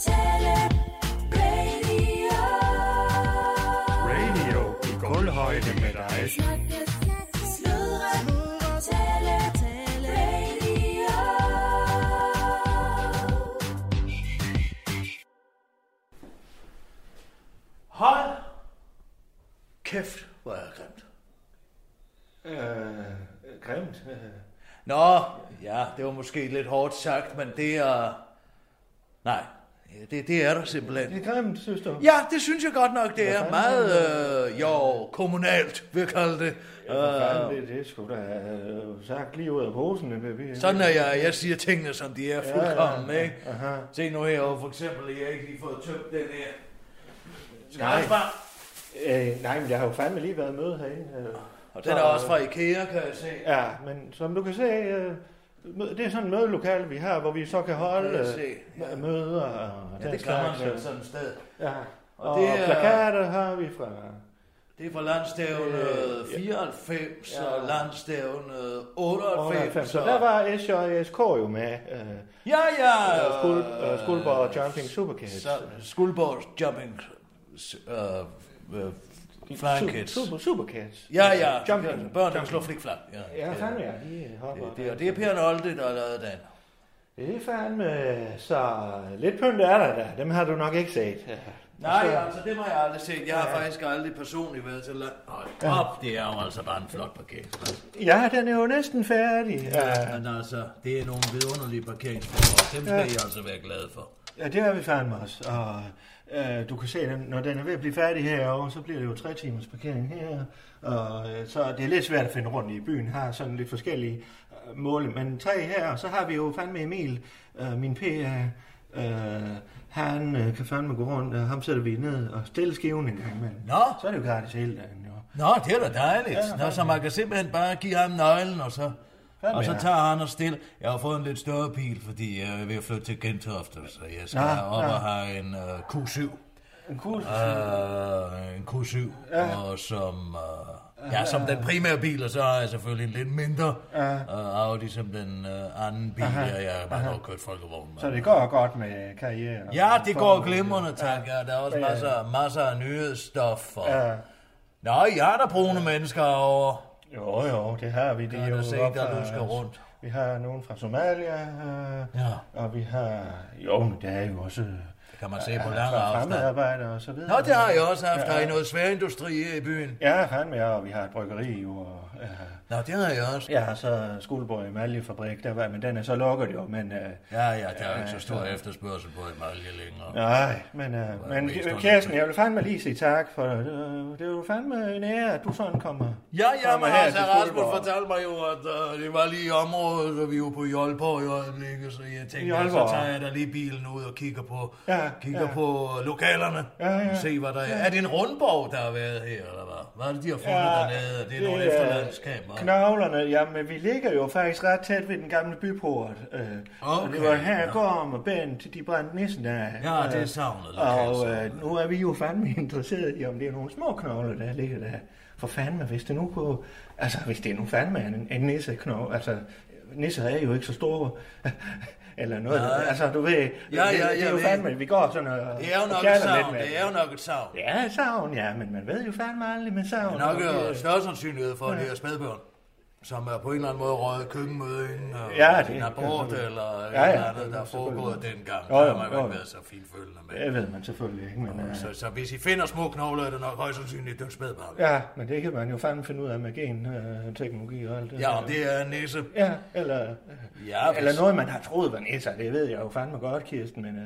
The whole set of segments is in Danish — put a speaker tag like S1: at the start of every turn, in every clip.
S1: tale, radio.
S2: Radio i gulvhøjde med dig.
S1: Snakke, sludre, tale, tale, radio.
S3: Hold kæft, hvor er jeg grimt.
S2: Øh, grimt.
S3: Nå, ja, det var måske lidt hårdt sagt, men det er... Nej, det, det er der simpelthen.
S2: Det er grimt, synes du?
S3: Ja, det synes jeg godt nok, det er meget, øh, jo, kommunalt, vil jeg kalde det. Øh,
S2: Det, det skulle da have sagt lige ud af posen. Det, det.
S3: sådan er jeg, jeg siger tingene, som de er fuldkommen, ikke?
S2: Aha.
S3: Se nu her, for eksempel, jeg har ikke lige fået tømt den her.
S2: Nej.
S3: Skraldespand.
S2: Øh, nej, men jeg har jo fandme lige været i møde herinde. øh.
S3: Og den er også fra Ikea, kan jeg se.
S2: Ja, men som du kan se, øh, mø- det er sådan et mødelokale, vi har, hvor vi så kan holde
S3: Kan jeg
S2: øh,
S3: se.
S2: mø- møder og
S3: Ja,
S2: den
S3: det kan man
S2: slags.
S3: vel
S2: øh.
S3: sådan et sted.
S2: Ja.
S3: Og
S2: Og, og
S3: det er-
S2: plakater har vi fra...
S3: Det er fra landstævne
S2: Øh, ja.
S3: 94
S2: Ja.
S3: og øh, landstævne 98.
S2: 98. Så der var SJSK jo med. Øh,
S3: Ja, ja.
S2: øh, skuld, øh, Skuldborg Jumping Superkids.
S3: Så, Skuldborg Jumping øh, øh, Flying Kids.
S2: Super, superkids.
S3: Ja, ja.
S2: Jumping.
S3: Børn, der slår flikflak. Ja,
S2: Ja,
S3: det-
S2: fandme ja. De hopper.
S3: Det, det, og det er Per Nolde, der har lavet den.
S2: Det er fandme... Så lidt pynt er der da. Dem har du nok ikke set.
S3: Nej,
S2: Så-
S3: altså det må jeg aldrig set. Jeg har faktisk aldrig personligt været til land. Hold op, det er jo altså bare en flot parkeringsplads.
S2: Ja, den er jo næsten færdig. Ja,
S3: Men altså, det er nogle vidunderlige parkeringsforhold. Dem skal
S2: Ja.
S3: I altså være glade for.
S2: ja det har vi fandme også. Og øh, du kan se, den, når den er ved at blive færdig herovre, så bliver det jo tre timers parkering her. Og, øh, så det er lidt svært at finde rundt i byen. Har sådan lidt forskellige øh, mål. Men tre her, og så har vi jo fandme Emil, øh, min PA. Øh, han øh, kan fandme gå rundt, og ham sætter vi ned og stille skiven en gang imellem.
S3: Nå,
S2: Så er det jo gratis hele dagen, jo.
S3: Nå, det er da dejligt. Ja, Nå, så man kan simpelthen bare give ham nøglen, og så, og så
S2: ja.
S3: tager han og stille. Jeg har fået en lidt større bil, fordi jeg er ved at flytte til Gentofte, så jeg skal
S2: Nå,
S3: op
S2: ja.
S3: og have en uh, Q7.
S2: En kurs.
S3: Uh, en Q7, og som, uh, ja, som den primære bil, og så har jeg selvfølgelig en lidt mindre uh, Audi som den uh, anden bil, og jeg har bare nok kørt folkevogn. med.
S2: Så det går godt med karriere.
S3: Ja, det går glimrende, tak. Ja, der er også masser, masser af nyhedsstof. Og...
S2: Ja.
S3: Nå, I har der brune mennesker over.
S2: Jo, jo, det har vi. Det
S3: Kan
S2: er jo
S3: du se,
S2: op
S3: der
S2: fra-
S3: lusker rundt?
S2: Vi har nogen fra Somalia, øh,
S3: Ja.
S2: og vi har... Jo, men der er jo også...
S3: Det kan man se på
S2: øh,
S3: lang
S2: fra
S3: afstand.
S2: fremmedarbejdere og så videre.
S3: Nå, det har jeg også haft. Der er noget svær industri her i byen.
S2: Ja, fandme, ja, og vi har et bryggeri jo, og, øh,
S3: Nå, det har jeg også.
S2: ja, og så Skuldborg Emaljefabrik, der var, men den er så lukket jo, men... Øh,
S3: Ja, ja, der er jo ikke så stor efterspørgsel på emalje længere.
S2: nej, men, øh, men
S3: mest ondt.
S2: Kirsten, jeg vil fandme lige sige tak, for øh, det er jo fandme en ære, at du sådan kommer.
S3: Ja, ja,
S2: kommer
S3: men
S2: her
S3: altså,
S2: til
S3: Rasmus
S2: Skuldborg.
S3: fortalte mig jo, at uh, det var lige i området, og vi var på Jolborg i øjeblikket, så jeg
S2: I
S3: tænkte, ja, så
S2: Aalborg.
S3: tager jeg da lige bilen ud og kigger på,
S2: Ja,
S3: kigger
S2: ja.
S3: på lokalerne.
S2: Ja, ja.
S3: og Se, hvad der er. Er det en rundborg, der har været her, eller hvad? Hvad er det, de har fundet ja, dernede? Det er nogle
S2: er
S3: efterlandskamer.
S2: Knoglerne, jamen vi ligger jo faktisk ret tæt ved den gamle byport. Øh, Og det
S3: Okay,
S2: var her,
S3: ja.
S2: ja. Gorm og Bent, de brændte nissen af.
S3: Ja, det
S2: Øh,
S3: savner
S2: Og
S3: lokalsamfundet.
S2: øh, nu er vi jo fandme interesserede i, om det er nogle små knogler, der ligger der. For fandme, hvis det nu kunne... Altså, hvis det nu fandme er en, en nisseknogle... Altså, nisser er jo ikke så store... eller noget.
S3: Nej.
S2: Altså, du ved... Ja,
S3: ja,
S2: det, det
S3: jeg
S2: er jo
S3: ved.
S2: fandme, vi går sådan og...
S3: Det er jo
S2: og
S3: nok et
S2: pjatter
S3: savn.
S2: med
S3: Det er jo nok et savn.
S2: Ja, savn, ja, men man ved jo fandme aldrig med savn.
S3: Der er nok
S2: Og
S3: øh,
S2: det-
S3: større sandsynlighed for, at det er spædbørn, som er på en eller anden måde røget køkkenmøde ind, og
S2: Ja, det
S3: en
S2: kan
S3: abort
S2: selvfølgelig.
S3: eller
S2: Ja,
S3: ja,
S2: ja,
S3: ja, eller andet, der er
S2: selvfølgelig.
S3: foregået dengang.
S2: Jo,
S3: Der
S2: jo,
S3: har man
S2: jo,
S3: jo ikke
S2: jo.
S3: været så finfølgende med.
S2: Det ved man selvfølgelig ikke, men... øh,
S3: Så, så hvis I finder små knogler, er det nok højst sandsynligt, det er spædbørn.
S2: Ja, men det kan man jo fandme finde ud af med genteknologi øh, og alt det
S3: Ja,
S2: der.
S3: om det er en næse.
S2: Ja, eller, øh,
S3: Ja,
S2: eller
S3: hvis-
S2: noget, man har troet var nisser, det ved jeg jo fandme godt, Kirsten, men øh,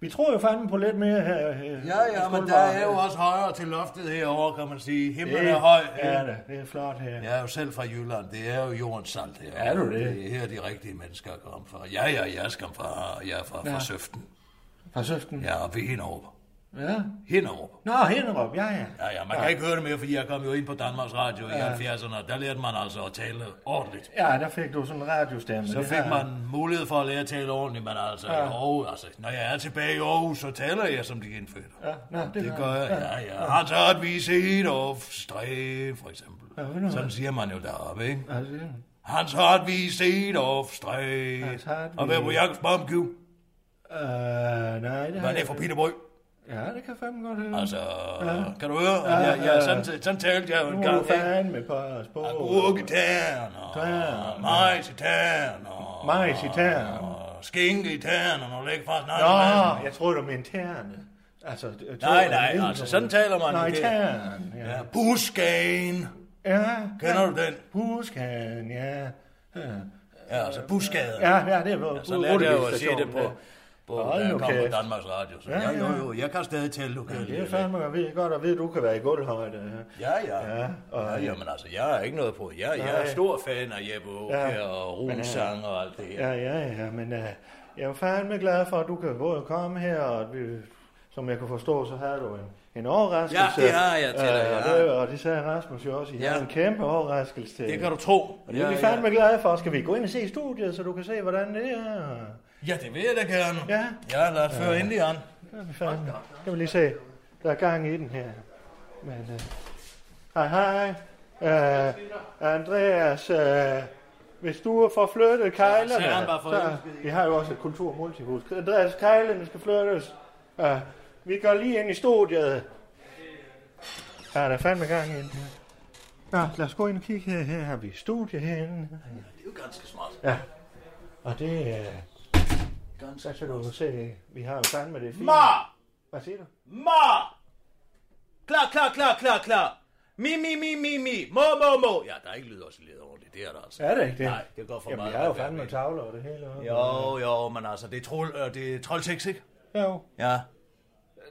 S2: vi tror jo fandme på lidt mere her. Øh,
S3: Ja, ja, men der er jo også højere til loftet herover, kan man sige. Himlen er høj.
S2: høj. Ja, det, det er flot her. Ja.
S3: Jeg er jo selv fra Jylland. Det er jo jordens salt her.
S2: Er du det?
S3: Det er her, de rigtige mennesker kommer fra. Ja, ja, jeg skal fra, jeg er fra, fra Søften.
S2: Fra Søften.
S3: Jeg er fra Henover.
S2: Ja.
S3: Hinderup.
S2: Nå, Hinderup, ja, ja.
S3: Ja, ja, man kan ikke høre det mere, fordi jeg kom jo ind på Danmarks Radio i 70'erne, og der lærte man altså at tale ordentligt.
S2: Ja, der fik du sådan en radiostemme.
S3: Så
S2: Det
S3: fik
S2: har-
S3: man mulighed for at lære at tale ordentligt, men altså, ja. Aarhus, altså når jeg er tilbage i Aarhus, så taler jeg som de indfødte.
S2: Ja, nå, det,
S3: Det
S2: har-
S3: gør jeg, ja, ja. Han tager et viset og stræ, for eksempel.
S2: Ja, ved du hvad?
S3: Sådan siger man jo deroppe, ikke?
S2: Ja, det er-
S3: Hans Hartvig Sedorf Stræ.
S2: Hans Hartvig.
S3: Og hvad på Jakobs Bomkiv?
S2: Øh, nej, det har
S3: Hvad er det for Peterborg?
S2: Ja, det kan jeg fandme godt høre.
S3: Altså, kan du høre? Jeg, jeg, sådan, sådan talte jeg jo en
S2: nu er
S3: gang.
S2: du fandme på at spå.
S3: Agurketern og
S2: Tern.
S3: majsetern og
S2: Majs i tæerne.
S3: og skinke i tern og læg fra nej,
S2: Nå,
S3: nej.
S2: jeg tror du mente tæerne. Altså, det- jeg tror,
S3: Nej,
S2: det
S3: nej,
S2: er-
S3: altså, sådan taler man
S2: Nej,
S3: ikke.
S2: tæerne, ja.
S3: Ja, Buskagen.
S2: Ja,
S3: Kender du den?
S2: Buskan, ja. Ja,
S3: Ja, altså buskaden.
S2: Ja, ja, det er på
S3: Så lærte jeg jo at sige
S2: Rottebækstationen,
S3: det på, på
S2: Hold
S3: da
S2: nu
S3: jeg kom
S2: kæft.
S3: på Danmarks Radio. Så
S2: Ja,
S3: ja, jo,
S2: ja.
S3: jo, jeg kan stadig tale lokalt.
S2: ja. Det er fandme jeg ved godt at vide, at du kan være i gulvhøjde.
S3: Ja, ja.
S2: Ja, og-
S3: ja, jamen altså, jeg er ikke noget på. Jeg, jeg er
S2: Nej.
S3: stor fan af Jeppe Aukjær
S2: Ja.
S3: og Rusang og alt det her.
S2: Ja, ja, ja, men uh, jeg er fandme glad for, at du kan både komme her, og at vi, som jeg kunne forstå, så har du en, en overraskelse.
S3: Ja, det har jeg til dig,
S2: Øh,
S3: ja.
S2: og, det, og det sagde Rasmus jo også, I
S3: Ja.
S2: ja. har en kæmpe overraskelse til.
S3: Det kan du tro.
S2: Og det er vi fandme glade for. Skal vi gå ind og se studiet, så du kan se, hvordan det er?
S3: ja, det vil jeg da gerne.
S2: Ja.
S3: ja lad os føre endelig an.
S2: Ja, vi fandme. Kan vi lige se. Der er gang i den her. Men, uh, hej, hej. Uh, Andreas, uh, hvis du får flyttet kejlerne...
S3: så har han bare fået
S2: så, vi har jo også et kulturmultihus. Andreas, kejlerne skal flyttes. Uh, vi går lige ind i studiet. Ja, der er fandme gang i den her. Nå, lad os gå ind og kigge her. Her har vi studie herinde.
S3: Det er jo ganske smart.
S2: Ja. Og det er...
S3: Ganske
S2: Så kan du se, vi har jo fandme det fint.
S4: Ma!
S2: Hvad siger du?
S4: Ma! Klar, klar, klar, klar, klar. Mi, mi, mi, mi, mi. Må, må, må.
S3: Ja, der er ikke lydoscilleret ordentligt. Det er der altså.
S2: Er det ikke det?
S3: Nej, det går for
S2: Jamen,
S3: meget.
S2: vi har jo fandme tavler og det hele. og-
S3: Jo, jo, men altså, det er, trol, øh, det er troldtekst, ikke?
S2: Jo,
S3: Ja,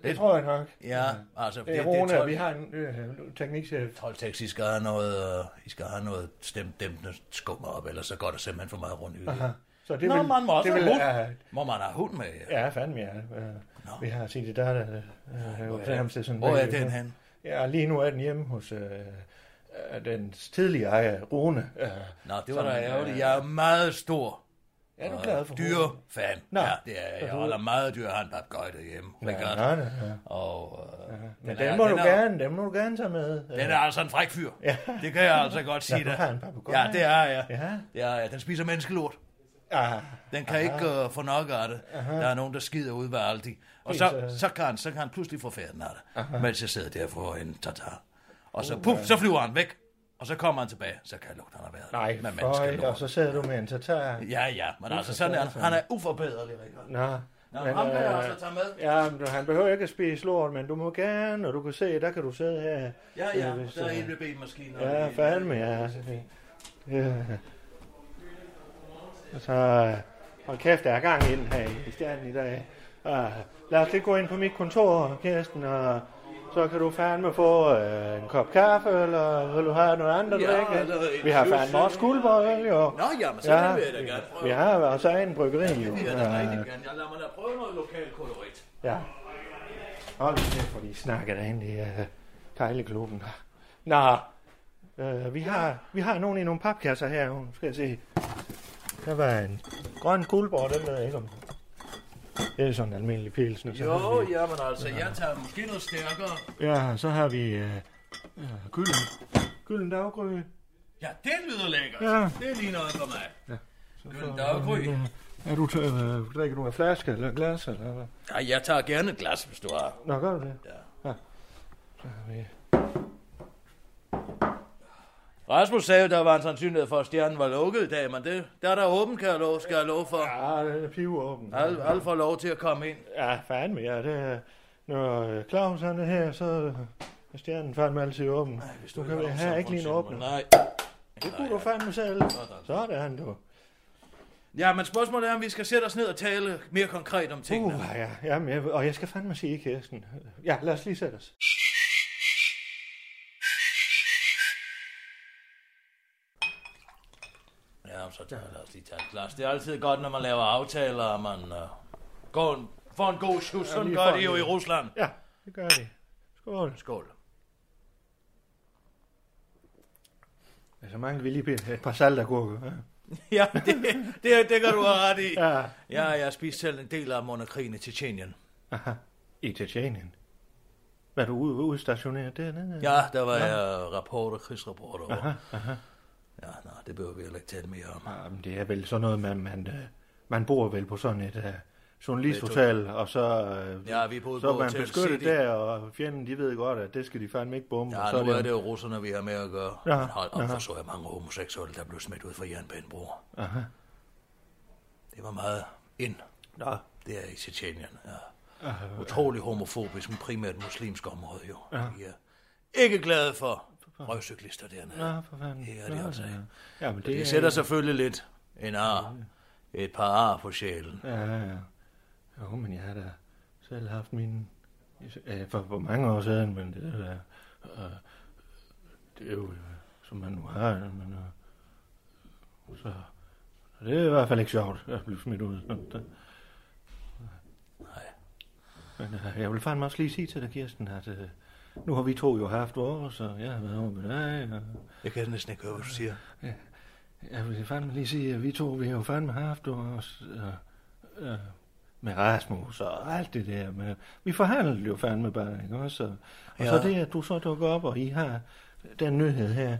S2: det tror jeg nok.
S3: ja, altså, det,
S2: Det
S3: det
S2: er
S3: er
S2: Rune,
S3: trold,
S2: vi har en øh, teknikchef.
S3: Troldtekst, I skal have noget, øh, I skal have noget stemt dæmpende skum op, ellers så går der simpelthen for meget rundt i det.
S2: Så det
S3: Nå,
S2: vil,
S3: man må også
S2: det
S3: have
S2: vil,
S3: hund.
S2: øh,
S3: Må man have hund med? Ja.
S2: Ja, fandme ja. Øh, vi har set det der, der øh, jo nærmest til sådan
S3: Hvor er
S2: øh,
S3: den hen?
S2: Ja, lige nu er den hjemme hos øh, øh, den tidligere ejer, Rune. Øh,
S3: Nå, det var da ærgerligt. Jeg er meget stor
S2: er du glad for
S3: dyr fan.
S2: Nå.
S3: Ja, det er jeg. Jeg holder meget dyr. Jeg har en papegøje derhjemme.
S2: Ja,
S3: Richard.
S2: nej, nej, ja.
S3: Og, øh,
S2: Men
S3: er-
S2: den må, du
S3: er-
S2: gerne, den må du gerne tage med. Øh,
S3: Den er altså en fræk fyr. Det kan jeg altså godt sige
S2: du
S3: dig.
S2: har en papegøje.
S3: Ja, det er jeg.
S2: Ja.
S3: Det er jeg. Den spiser menneskelort.
S2: Ah,
S3: Den kan ikke øh, få nok af det. Der er nogen, der skider ud ved alt det. Og så, så, kan han, så kan han pludselig få færden af det, mens jeg sidder der for en tatar. Og
S2: Oh,
S3: så, puff, så flyver han væk. Og så kommer han tilbage, så kan jeg lugte, han har været
S2: nej, altså.
S3: med
S2: føj,
S3: menneskelort.
S2: og så sidder du med en tatar.
S3: Ja, ja, men altså sådan er han. Han er uforbederlig, Richard.
S2: Nå,
S3: Nå, ham kan jeg
S2: øh,
S3: altså tage med.
S2: Ja, men han behøver ikke at spise lort, men du må gerne, og du kan se, der kan du sidde her.
S3: Ja, ja,
S2: hvis
S3: der er
S2: du-
S3: EDB-maskiner.
S2: Ja, fandme, ja. ja. Og så, øh, hold kæft, der er gang i den her i stjernen i dag. Uh, lad os lige gå ind på mit kontor, Kirsten, og så kan du fandme få øh, en kop kaffe, eller vil du have noget andet?
S3: Ja,
S2: drikke?
S3: eller en
S2: vi har
S3: juice,
S2: fandme også guldbold, jo.
S3: Nå, jamen, så ja, vil jeg da gerne prøve.
S2: vi
S3: Ja.
S2: har også en bryggeri, jo.
S3: Jeg vil da
S2: Øh,
S3: rigtig gerne. Jeg lader mig da prøve noget lokal kolorit.
S2: Ja. Hold kæft, hvor de snakker derinde i uh, kejleklubben. Nå, øh, vi, har, vi har nogen i nogle papkasser her, hun skal jeg se. Der var en grøn guldbord, den ved jeg ikke om. Det er sådan en almindelig pilsen. Så
S3: Jo,
S2: har vi,
S3: jamen altså, jeg tager måske noget stærkere.
S2: ja, så har vi øh, øh, gylden. Gylden daggry.
S3: Ja, det lyder lækkert.
S2: Ja.
S3: Det er lige noget for mig. Gylden daggry.
S2: Er du tø- øh, drikker du af flaske eller glas? Eller hvad?
S3: Ja, jeg tager gerne et glas, hvis du har.
S2: Nå, gør du det?
S3: Ja.
S2: Så har vi...
S3: Rasmus sagde, at der var en sandsynlighed for, at stjernen var lukket i dag, men det, der er der åben, kan jeg love, skal jeg love for.
S2: Ja, Ah, den er pivåben.
S3: Alle, alle får lov til at komme ind.
S2: Ja, fandme, ja. Det er, når øh, Claus han er her, så øh, er stjernen fandme altid åben. Ej,
S3: Hvis
S2: du kan vel have ikke lige en åbner.
S3: Nej.
S2: Det kunne du fandme selv. Sådan, altså. du.
S3: Ja, men spørgsmålet er, om vi skal sætte os ned og tale mere konkret om tingene.
S2: Uh, ja, ja, men jeg, og jeg skal fandme sige, Kirsten. Ja, lad os lige sætte os.
S3: Ja, så tager jeg også lige tage et glas. Det er altid godt, når man laver aftaler, og man uh, øh, går en, får en god sjus. Sådan
S2: lige
S3: gør
S2: får
S3: de jo
S2: en-
S3: i Rusland.
S2: Ja, Det gør de. Skål.
S3: Skål.
S2: Altså mange vil lige bede et par saltagurker. Ja.
S3: Ja, det, det, det kan du have ret i.
S2: ja.
S3: Ja, jeg spiste selv en del af dem under krigen i Tietjenien.
S2: Aha. I Tjetjenien. Var du ude, udstationeret dernede?
S3: Ja, der var jeg rapporter, krigsrapporter. Aha, aha. Ja, nej, det behøver vi heller ikke tale mere om.
S2: Jamen, Ah, det er vel sådan noget, man, man, øh, man bor vel på sådan et uh, journalisthotel, og så, uh,
S3: Ja, vi boede
S2: så
S3: på
S2: er man
S3: Hotel
S2: beskyttet
S3: City.
S2: der, og fjenden de ved godt, at det skal de fandme ikke bombe. og
S3: Ja,
S2: så
S3: nu er
S2: jo-
S3: det jo russerne, vi har med at gøre.
S2: Ja,
S3: Ja, Men hold op,
S2: ja.
S3: hvor så jeg mange homoseksuelle, der blev smidt ud fra jernbanebroer.
S2: Aha.
S3: Det var meget ind.
S2: Nå.
S3: Det er i Tietjenien. Ja. Utrolig homofobisk, men primært muslimsk område jo. Ja. De er ikke glade for røvcyklister dernede.
S2: Nå, for fanden.
S3: Det er de altså ikke.
S2: Ja, men det,
S3: Det
S2: er-
S3: sætter selvfølgelig lidt en ar, et par ar på sjælen.
S2: Ja, ja, ja. Jo, men jeg har da selv haft min... Øh, for, for mange år siden, men det er, da, øh, det er jo, øh, som man nu har, øh, men øh, så... så Det er i hvert fald ikke sjovt at blive smidt ud. sådan der.
S3: Nej.
S2: Men øh, jeg vil fandme også lige sige til dig, Kirsten, at øh, nu har vi to jo haft vores, og jeg har været over med dig, og
S3: Jeg kan næsten ikke høre, hvad du siger.
S2: jeg vil fandme lige sige, at vi to, vi har jo fandme haft vores, øh, øh, med Rasmus og alt det der. Med, vi forhandlede jo fandme bare, ikke også? Og, og
S3: Ja.
S2: så det, at du så dukker op, og I har den nyhed her.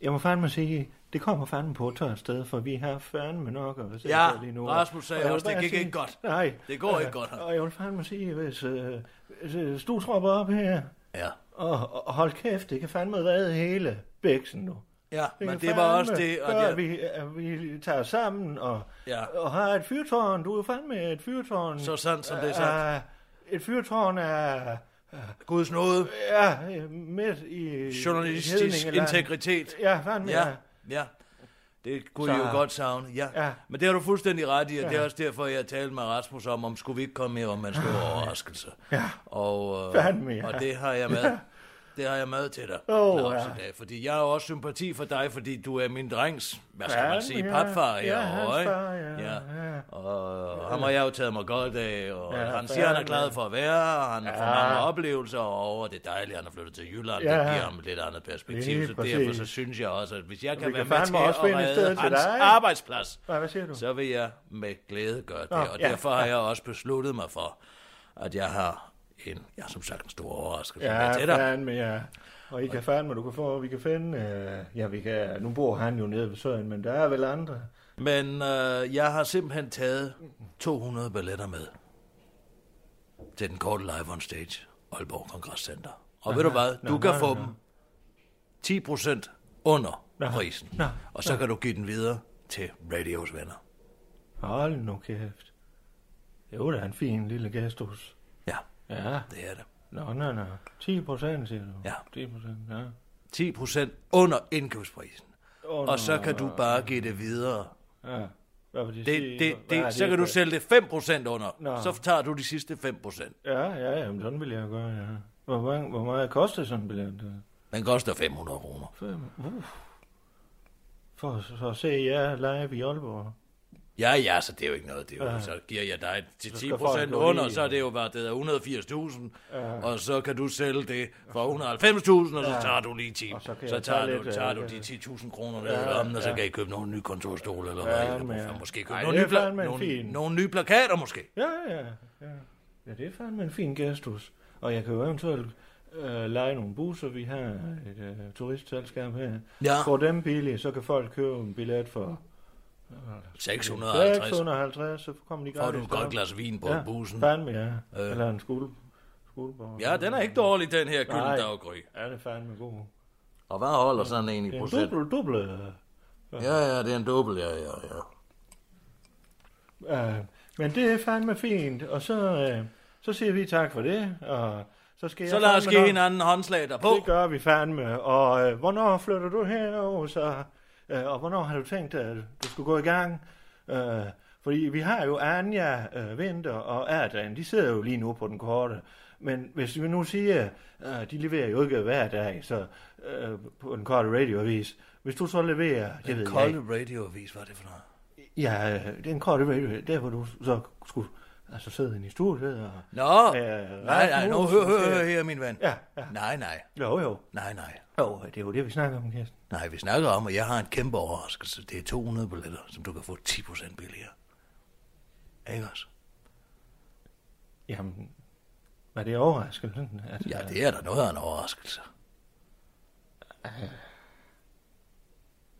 S2: Jeg må fandme sige, det kommer fandme på et tørt sted, for vi har fandme nok at se
S3: Ja,
S2: på lige nu.
S3: Rasmus sagde
S2: Og jeg vil
S3: også, det
S2: bare
S3: gik
S2: sige-
S3: ikke godt.
S2: Nej.
S3: Det går
S2: øh,
S3: ikke godt.
S2: Og jeg vil fandme sige, hvis, øh, hvis øh, du tropper op her,
S3: Ja.
S2: og, og hold kæft, det kan fandme redde hele bæksen nu.
S3: Ja,
S2: Det
S3: men
S2: kan
S3: det var også
S2: fandme
S3: det, og
S2: gøre, at
S3: det,
S2: vi, at vi tager os sammen og,
S3: Ja.
S2: og har et fyrtårn. Du er jo fandme et fyrtårn.
S3: Så sandt som det er
S2: er Et fyrtårn er,
S3: Guds nåde,
S2: er midt i...
S3: journalistisk
S2: Hedningeland.
S3: integritet.
S2: Ja, fandme. Ja.
S3: Ja, ja. Det kunne
S2: Så-
S3: I jo godt savne, ja.
S2: Ja.
S3: Men det har du fuldstændig ret i, og det er også derfor, jeg talte med Rasmus om, om skulle vi ikke komme her om en
S2: Ah,
S3: stor overraskelse. Ja. Og, øh,
S2: Fandme, ja.
S3: og det har jeg med. Det har jeg med til dig.
S2: Åh,
S3: Claus,
S2: ja.
S3: i dag, fordi jeg har også sympati for dig, fordi du er min drengs, hvad skal man
S2: Fandme,
S3: sige,
S2: ja.
S3: papfar
S2: Ja, hans
S3: herovre, ikke?
S2: far, ja, ja.
S3: Og ham har jeg jo taget mig godt af, og
S2: Ja,
S3: han siger, han er
S2: fandme.
S3: glad for at være her, og han får mange oplevelser, og det er dejligt, han er flyttet til Jylland,
S2: Ja.
S3: det giver ham et lidt andet perspektiv,
S2: Lige
S3: så
S2: præcis.
S3: derfor så synes jeg også, at hvis jeg
S2: vi
S3: kan være
S2: kan
S3: med til
S2: fandme
S3: at
S2: også finde et sted
S3: redde
S2: til
S3: hans
S2: dig.
S3: arbejdsplads,
S2: Hvad, hvad siger du?
S3: så vil jeg med glæde gøre det.
S2: Nå,
S3: Og
S2: ja,
S3: derfor har jeg også besluttet mig for, at jeg har en, jeg har som sagt en stor overraskelse med til dig.
S2: fandme, ja. Og I kan fandme, du kan få, vi kan finde... Øh, ja, vi kan... Nu bor han jo nede ved Søen, men der er vel andre.
S3: Men øh, jeg har simpelthen taget 200 balletter med til den korte live on stage, Aalborg Kongresscenter. Og ved du hvad, du kan få dem 10 procent under prisen. Og så kan du give den videre til Radios venner.
S2: Hold nu kæft. Jo, der er en fin lille gestus.
S3: Ja,
S2: Ja.
S3: det er det.
S2: Nå, nå, nå. 10 procent, siger du?
S3: Ja.
S2: 10 procent, ja.
S3: 10 procent under indkøbsprisen.
S2: Under-
S3: Og så kan du bare give det videre
S2: ja. Hvad vil de sige?
S3: Det, det,
S2: Hvad er
S3: det, så kan du sælge det 5% under.
S2: Nå.
S3: Så tager du de sidste 5%.
S2: Ja, ja, jamen, sådan vil jeg gøre, ja. Hvor, mange, hvor meget koster sådan en billet? øh?
S3: Den koster 500 kroner.
S2: Fem. Uh. For, for at se jer live i Aalborg.
S3: Ja, ja, så det er jo ikke noget. Det er jo, så giver jeg dig til 10%
S2: skal folk gå
S3: under,
S2: lige-
S3: så er det jo bare det er 180.000, og så kan du sælge det for 190.000, og så tager du lige 10.
S2: Og så kan jeg tage
S3: Så tager
S2: lidt,
S3: du,
S2: øh,
S3: tager du de
S2: øh,
S3: 10.000 kroner ned i lommen, og så kan I købe nogle nye kontorstole, eller
S2: Ja,
S3: hvad I
S2: men ja.
S3: kan Måske købe
S2: Ej,
S3: nogle
S2: det er
S3: nye, pla-
S2: fandme en
S3: nogle,
S2: fin.
S3: nogle nye plakater, måske.
S2: Ja, ja, ja. Ja, det er fandme en fin gestus. Og jeg kan jo eventuelt øh, lege nogle busser, vi har et øh, turistselskab her.
S3: Ja,
S2: Få dem billige, så kan folk købe en billet for
S3: 650.
S2: 650, så kommer de
S3: Får
S2: gratis.
S3: du et godt
S2: derop.
S3: glas vin på
S2: ja,
S3: bussen.
S2: Fandme, ja. Øh. Eller en skole, skoleborg.
S3: Ja, den er ikke dårlig, den
S2: Nej.
S3: her gylden daggry.
S2: Ja, det er fandme god.
S3: Og hvad holder sådan en
S2: Det er
S3: i
S2: en øh,
S3: procent?
S2: duble, duble.
S3: Ja, ja, det er en dobbelt, ja, ja, ja.
S2: Øh, men det er fandme fint. Og så, øh, så siger vi tak for det. Og så skal
S3: Så
S2: jeg
S3: lad os
S2: fandme
S3: give
S2: nok-
S3: hinanden håndslag derpå.
S2: Det gør vi fandme. Og øh, hvornår flytter du herover, så? Øh, og hvornår har du tænkt, at du skulle gå i gang? Øh, fordi vi har jo Anja, øh, Vinter og Adrian, de sidder jo lige nu på den korte. Men hvis vi nu siger, øh, de leverer jo ikke hver dag, så øh, på den korte radioavis. Hvis du så leverer, jeg ved jeg ikke.
S3: radioavis, var det for noget?
S2: Ja, øh, den korte radioavis, der hvor du så skulle altså sidde inde i studiet og...
S3: Nå,
S2: Øh,
S3: nej, nej, nu hør, hør, hør her, min ven.
S2: Ja, ja.
S3: Nej, nej,
S2: Jo, jo.
S3: nej, nej.
S2: Jo, det er jo det, vi snakker om, Kirsten.
S3: Nej, vi snakker om, at jeg har en kæmpe overraskelse. Det er 200 billetter, som du kan få 10% billigere. Ikke også?
S2: Jamen, var det overraskelsen? Altså,
S3: Ja, det er da noget af en overraskelse.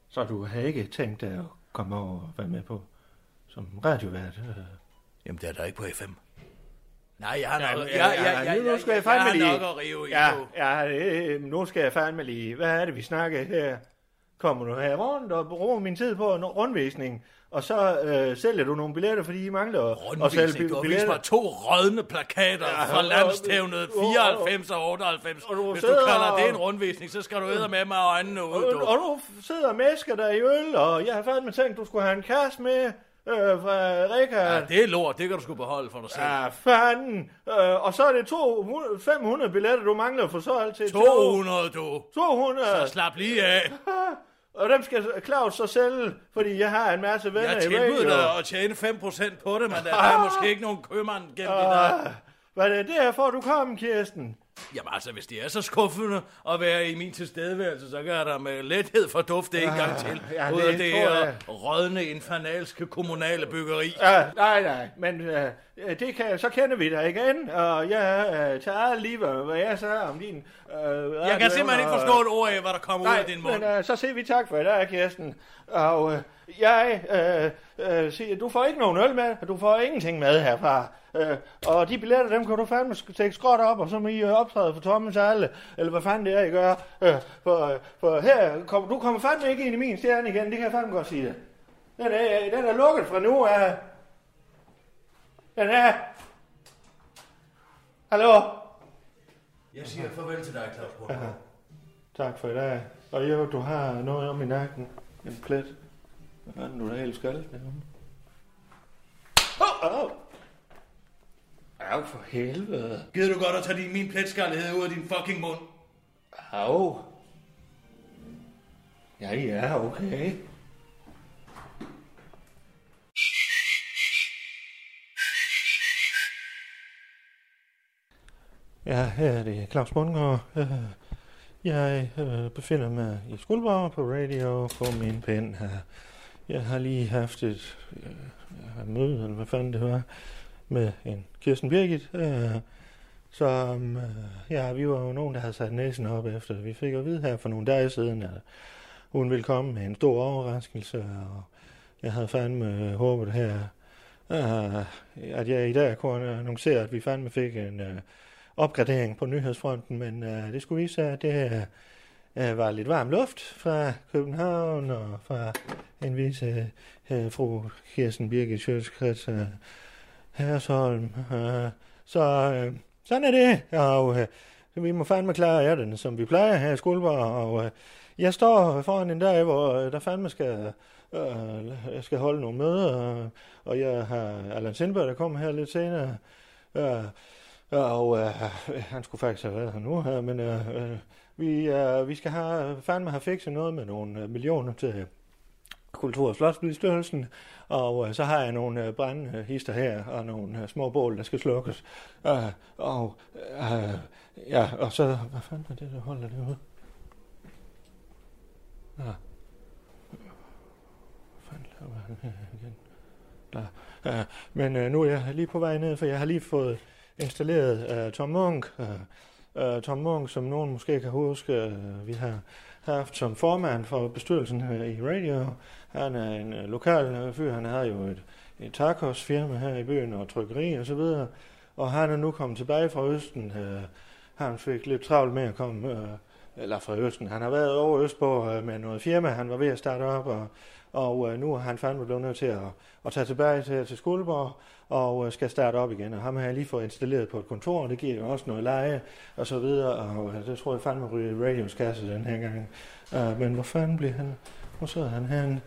S2: Så du havde ikke tænkt dig at komme over og være med på som radiovært? øh?
S3: Jamen, det er der ikke på FM. Nej, jeg har
S2: Ja,
S3: nok...
S2: ja, ja, ja, nu skal jeg fandme lige...
S3: Jeg har nok at rive i
S2: ja,
S3: på.
S2: ja, øh, nu skal jeg fandme lige... Hvad er det, vi snakker her? Kommer du her rundt og bruger min tid på en rundvisning, og så øh, sælger du nogle billetter, fordi I mangler at- at sælge bi-
S3: Rundvisning, du har vist
S2: billetter.
S3: mig to rådne plakater
S2: Ja,
S3: fra
S2: og-
S3: landstævnet
S2: og- og-
S3: 94 og 98.
S2: og du
S3: Hvis du
S2: sidder
S3: kalder
S2: og-
S3: det en rundvisning, så skal du æde med mig øjnene ud.
S2: Og,
S3: Du.
S2: og du sidder og mæsker dig i øl, og jeg har fandme tænkt, du skulle have en kæreste med øh, fra Rikard.
S3: Ja, det er lort, det kan du sgu beholde for dig selv.
S2: Ja, fanden. Øh, og så er det 200, 500 billetter, du mangler for så altid.
S3: 200, du.
S2: 200.
S3: Så slap lige af.
S2: Og dem skal Claus så sælge, fordi jeg har en masse venner
S3: Jeg
S2: i radio.
S3: tilbyder dig at tjene 5% på det, men der er måske ikke nogen købmand gennem det der.
S2: Ah, Hvad er det derfor, du kom, Kirsten?
S3: Jamen altså, hvis det er så skuffende at være i min tilstedeværelse, så kan jeg da med lethed fordufte en gang til.
S2: Ah, ja,
S3: ud
S2: det
S3: af det
S2: tror
S3: her
S2: jeg.
S3: rådne, infernalske kommunale byggeri.
S2: Ah, nej, nej, men øh, det kan, så kender vi dig igen, og jeg øh, tager lige, hvad hvad jeg sagde om din... Øh,
S3: Jeg kan simpelthen ikke forstå et ord af, hvad der kommer ud
S2: Nej,
S3: af din mund.
S2: men øh, så siger vi tak for i dag, Kirsten. Og øh, jeg øh, øh, siger, du får ikke nogen øl med, og du får ingenting med herfra. Øh, og de billetter, dem kan du fandme sk- tage skråt op, og så må I øh, optræde for Thomas alle, eller hvad fanden det er, I gør. Øh, for, øh, for her, kom, du kommer fandme ikke ind i min stjerne igen, det kan jeg fandme godt sige dig. Den er, øh, den er lukket fra nu af. Den er... Hallo? øh-
S3: Jeg siger farvel til dig, Claus Bundgaard.
S2: Tak for i dag. Og jo, du har noget om i nakken. En plet. Hvad fanden, du er da helt skaldet deromme. Åh, oh, åh! Au, for helvede.
S3: Gider du godt at tage din, min pletskallighed ud af din fucking mund?
S2: Au. Ja, ja, okay. Ja, her er det Claus Bundgaard. Øh, Jeg øh, befinder mig i Skuldborg på radio på min pen her. Jeg har lige haft et øh, møde, eller hvad fanden det var, med en Kirsten Birgit, øh, som, øh, ja, vi var jo nogen, der havde sat næsen op efter. Vi fik at vide her for nogle dage siden, at hun ville komme med en stor overraskelse, og jeg havde fandme øh, håbet her, øh, at jeg i dag kunne annoncere, at vi fandme fik en øh, opgradering på nyhedsfronten, men øh, det skulle vise sig, at det øh, var lidt varm luft fra København og fra en vis øh, øh, fru Kirsten Birgit Sjøtskrets øh, Hersholm. Øh, så øh, sådan er det, og øh, vi må fandme klare af den, som vi plejer her i Skuldborg, og øh, jeg står foran en dag, hvor øh, der fandme skal, øh, jeg skal holde nogle møder, øh, og jeg har Allan Sindberg, der kommer her lidt senere, øh, og øh, han skulle faktisk have været her nu, øh, men øh, øh, vi, øh, vi skal have, fandme have fikset noget med nogle øh, millioner til Kultur- og Slotsbestyrelsen, og øh, så har jeg nogle øh, brandhister her, og nogle øh, små bål, der skal slukkes. Øh, og, øh, ja, og så... Hvad fanden er det, der holder det ud? Ja. Hvad fanden laver han her igen? Nå, øh, men øh, nu er jeg lige på vej ned, for jeg har lige fået installeret øh, Tom Munk. Øh, øh, Tom Munk, som nogen måske kan huske, øh, vi har haft som formand for bestyrelsen her i radio. Han er en øh, lokal øh, fyr, han havde jo et, et tacosfirma her i byen og trykkeri og så videre. Og han er nu kommet tilbage fra Østen. Øh, han fik lidt travlt med at komme, øh, eller fra Østen. Han har været over Østborg øh, med noget firma, han var ved at starte op, og, og øh, nu er han fandme blevet nødt til at, at tage tilbage til, til Skuldborg og øh, skal starte op igen. Og ham har jeg lige fået installeret på et kontor, og det giver jo også noget leje og så videre. Og øh, det tror jeg fandme ryger i radios kasse den her gang. Øh, men hvor fanden bliver han? Hvor sidder han herinde?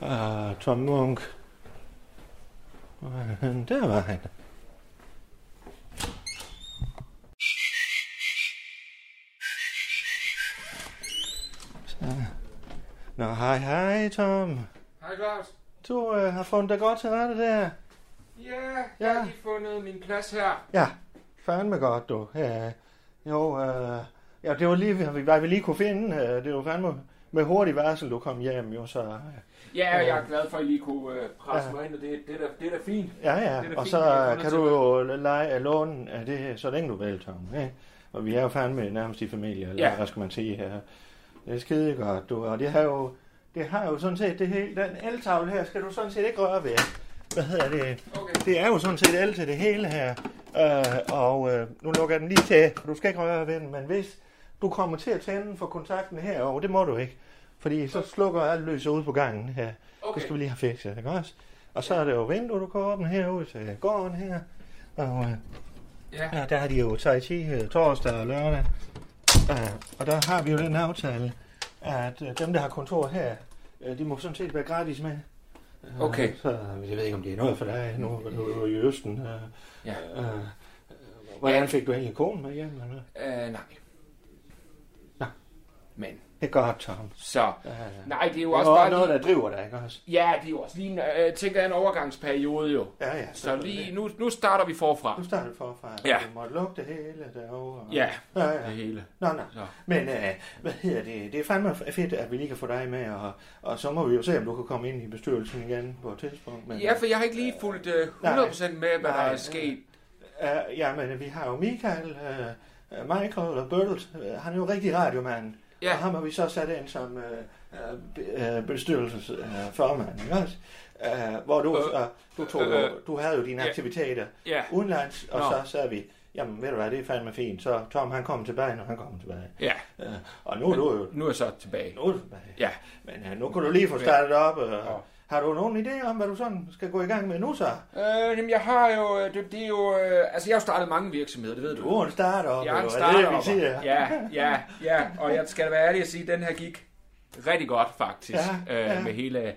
S2: Ah, Tom Munk. Hvor var han? Der var han. Så. Nå, hej, hej, Tom.
S5: Hej Claus.
S2: Du øh, har fundet dig godt til rette der.
S5: Ja, jeg
S2: Ja.
S5: har lige fundet min plads her.
S2: Ja, fandme godt, du. Ja, jo, øh, ja, det var lige, hvad vi lige kunne finde. Øh, det var fandme med hurtig varsel, du kom hjem, jo, så... Øh,
S5: Ja, og jeg er glad for, at I lige kunne øh, presse mig ind, og det, det, er da, det er da fint.
S2: ja,
S5: Det
S2: ja,
S5: er da
S2: og
S5: fint,
S2: så øh,
S5: vi har fundet
S2: kan
S5: til
S2: du jo lege, låne af øh, det her, så længe du vil, Tom. Ja? Og vi er jo fandme nærmest i familie, eller
S5: Ja.
S2: ja. hvad skal man sige her. Det er skide godt, du. Og det har jo, det har jo sådan set det hele, den eltavle her, skal du sådan set ikke røre ved. Hvad hedder det?
S5: Okay.
S2: Det er jo sådan set el til det hele her. Øh, og øh, nu lukker jeg den lige til, for du skal ikke røre ved den, men hvis du kommer til at tænde for kontakten herovre, det må du ikke, fordi så slukker alt lyset ude på gangen her. Okay.
S5: Okay.
S2: Det skal vi lige have fikset, ikke også? Og så er det jo vinduer, du kan åbne herude til gården her. Og øh,
S5: Ja.
S2: ja, der har de jo Tai Chi øh, torsdag og lørdag. Øh, og der har vi jo den aftale, at øh, dem, der har kontor her, øh, de må sådan set være gratis med. Øh,
S5: Okay.
S2: Så øh, jeg ved ikke, om det er noget for dig nu, hvor du er i Østen. Øh,
S5: Ja.
S2: øh, øh, hvordan fik du egentlig konen med hjem? Eller?
S5: Øh, nej.
S2: Nå.
S5: Men,
S2: Det er godt, Tom.
S5: så.
S2: Øh,
S5: Nej, det er jo
S2: det er
S5: også
S2: også
S5: bare
S2: noget,
S5: lige...
S2: der driver dig, ikke også?
S5: Ja, det er jo også lige, en, øh, tænker jeg, en overgangsperiode jo.
S2: Ja, ja.
S5: Så lige, nu, nu starter vi forfra.
S2: Nu starter vi forfra.
S5: Ja.
S2: Du måtte lukke det hele derovre. og-
S5: Ja,
S2: Ja, ja.
S5: det hele.
S2: Nå, nå.
S5: Nå.
S2: Men øh, hvad hedder det? Det er fandme fedt, at vi lige kan få dig med, og, og så må vi jo se, om du kan komme ind i bestyrelsen igen på et tidspunkt. Men,
S5: Ja, for jeg har ikke lige fulgt øh, 100% med, hvad der
S2: Nej,
S5: er
S2: nej.
S5: sket.
S2: øh, ja, men vi har jo Michael, øh, øh, Michael og Bertelt. Øh, han er jo rigtig radiomand.
S5: Ja.
S2: Og ham har vi så sat ind som øh, øh, be- øh, bestyrelsesformand, øh, formand, ikke også? Øh, hvor du,
S5: Øh,
S2: øh, du, tog,
S5: øh,
S2: øh, du havde jo dine
S5: ja.
S2: aktiviteter
S5: Ja,
S2: udenlands, og
S5: Nå.
S2: så sagde vi, jamen ved du hvad, det er fandme fint. Så Tom, han kom tilbage, når han kom tilbage.
S5: ja.
S2: Øh, og nu er du jo
S5: Nu er jeg så tilbage.
S2: Nu, er du tilbage.
S5: Ja.
S2: men øh, nu kan du lige få startet op. Øh, Har du nogen idé om, hvad du sådan skal gå i gang med nu så?
S5: Øh, jamen, jeg har jo... øh, Det, det er jo øh, altså, jeg har jo startet mange virksomheder, det ved
S2: Du
S5: du.
S2: er en startup,
S5: Jeg er
S2: jo,
S5: en
S2: er det, vi
S5: startup.
S2: siger.
S5: Ja, ja, ja. Og jeg skal da være ærlig at sige, at den her gik rigtig godt, faktisk.
S2: Ja, ja.
S5: Øh, med hele...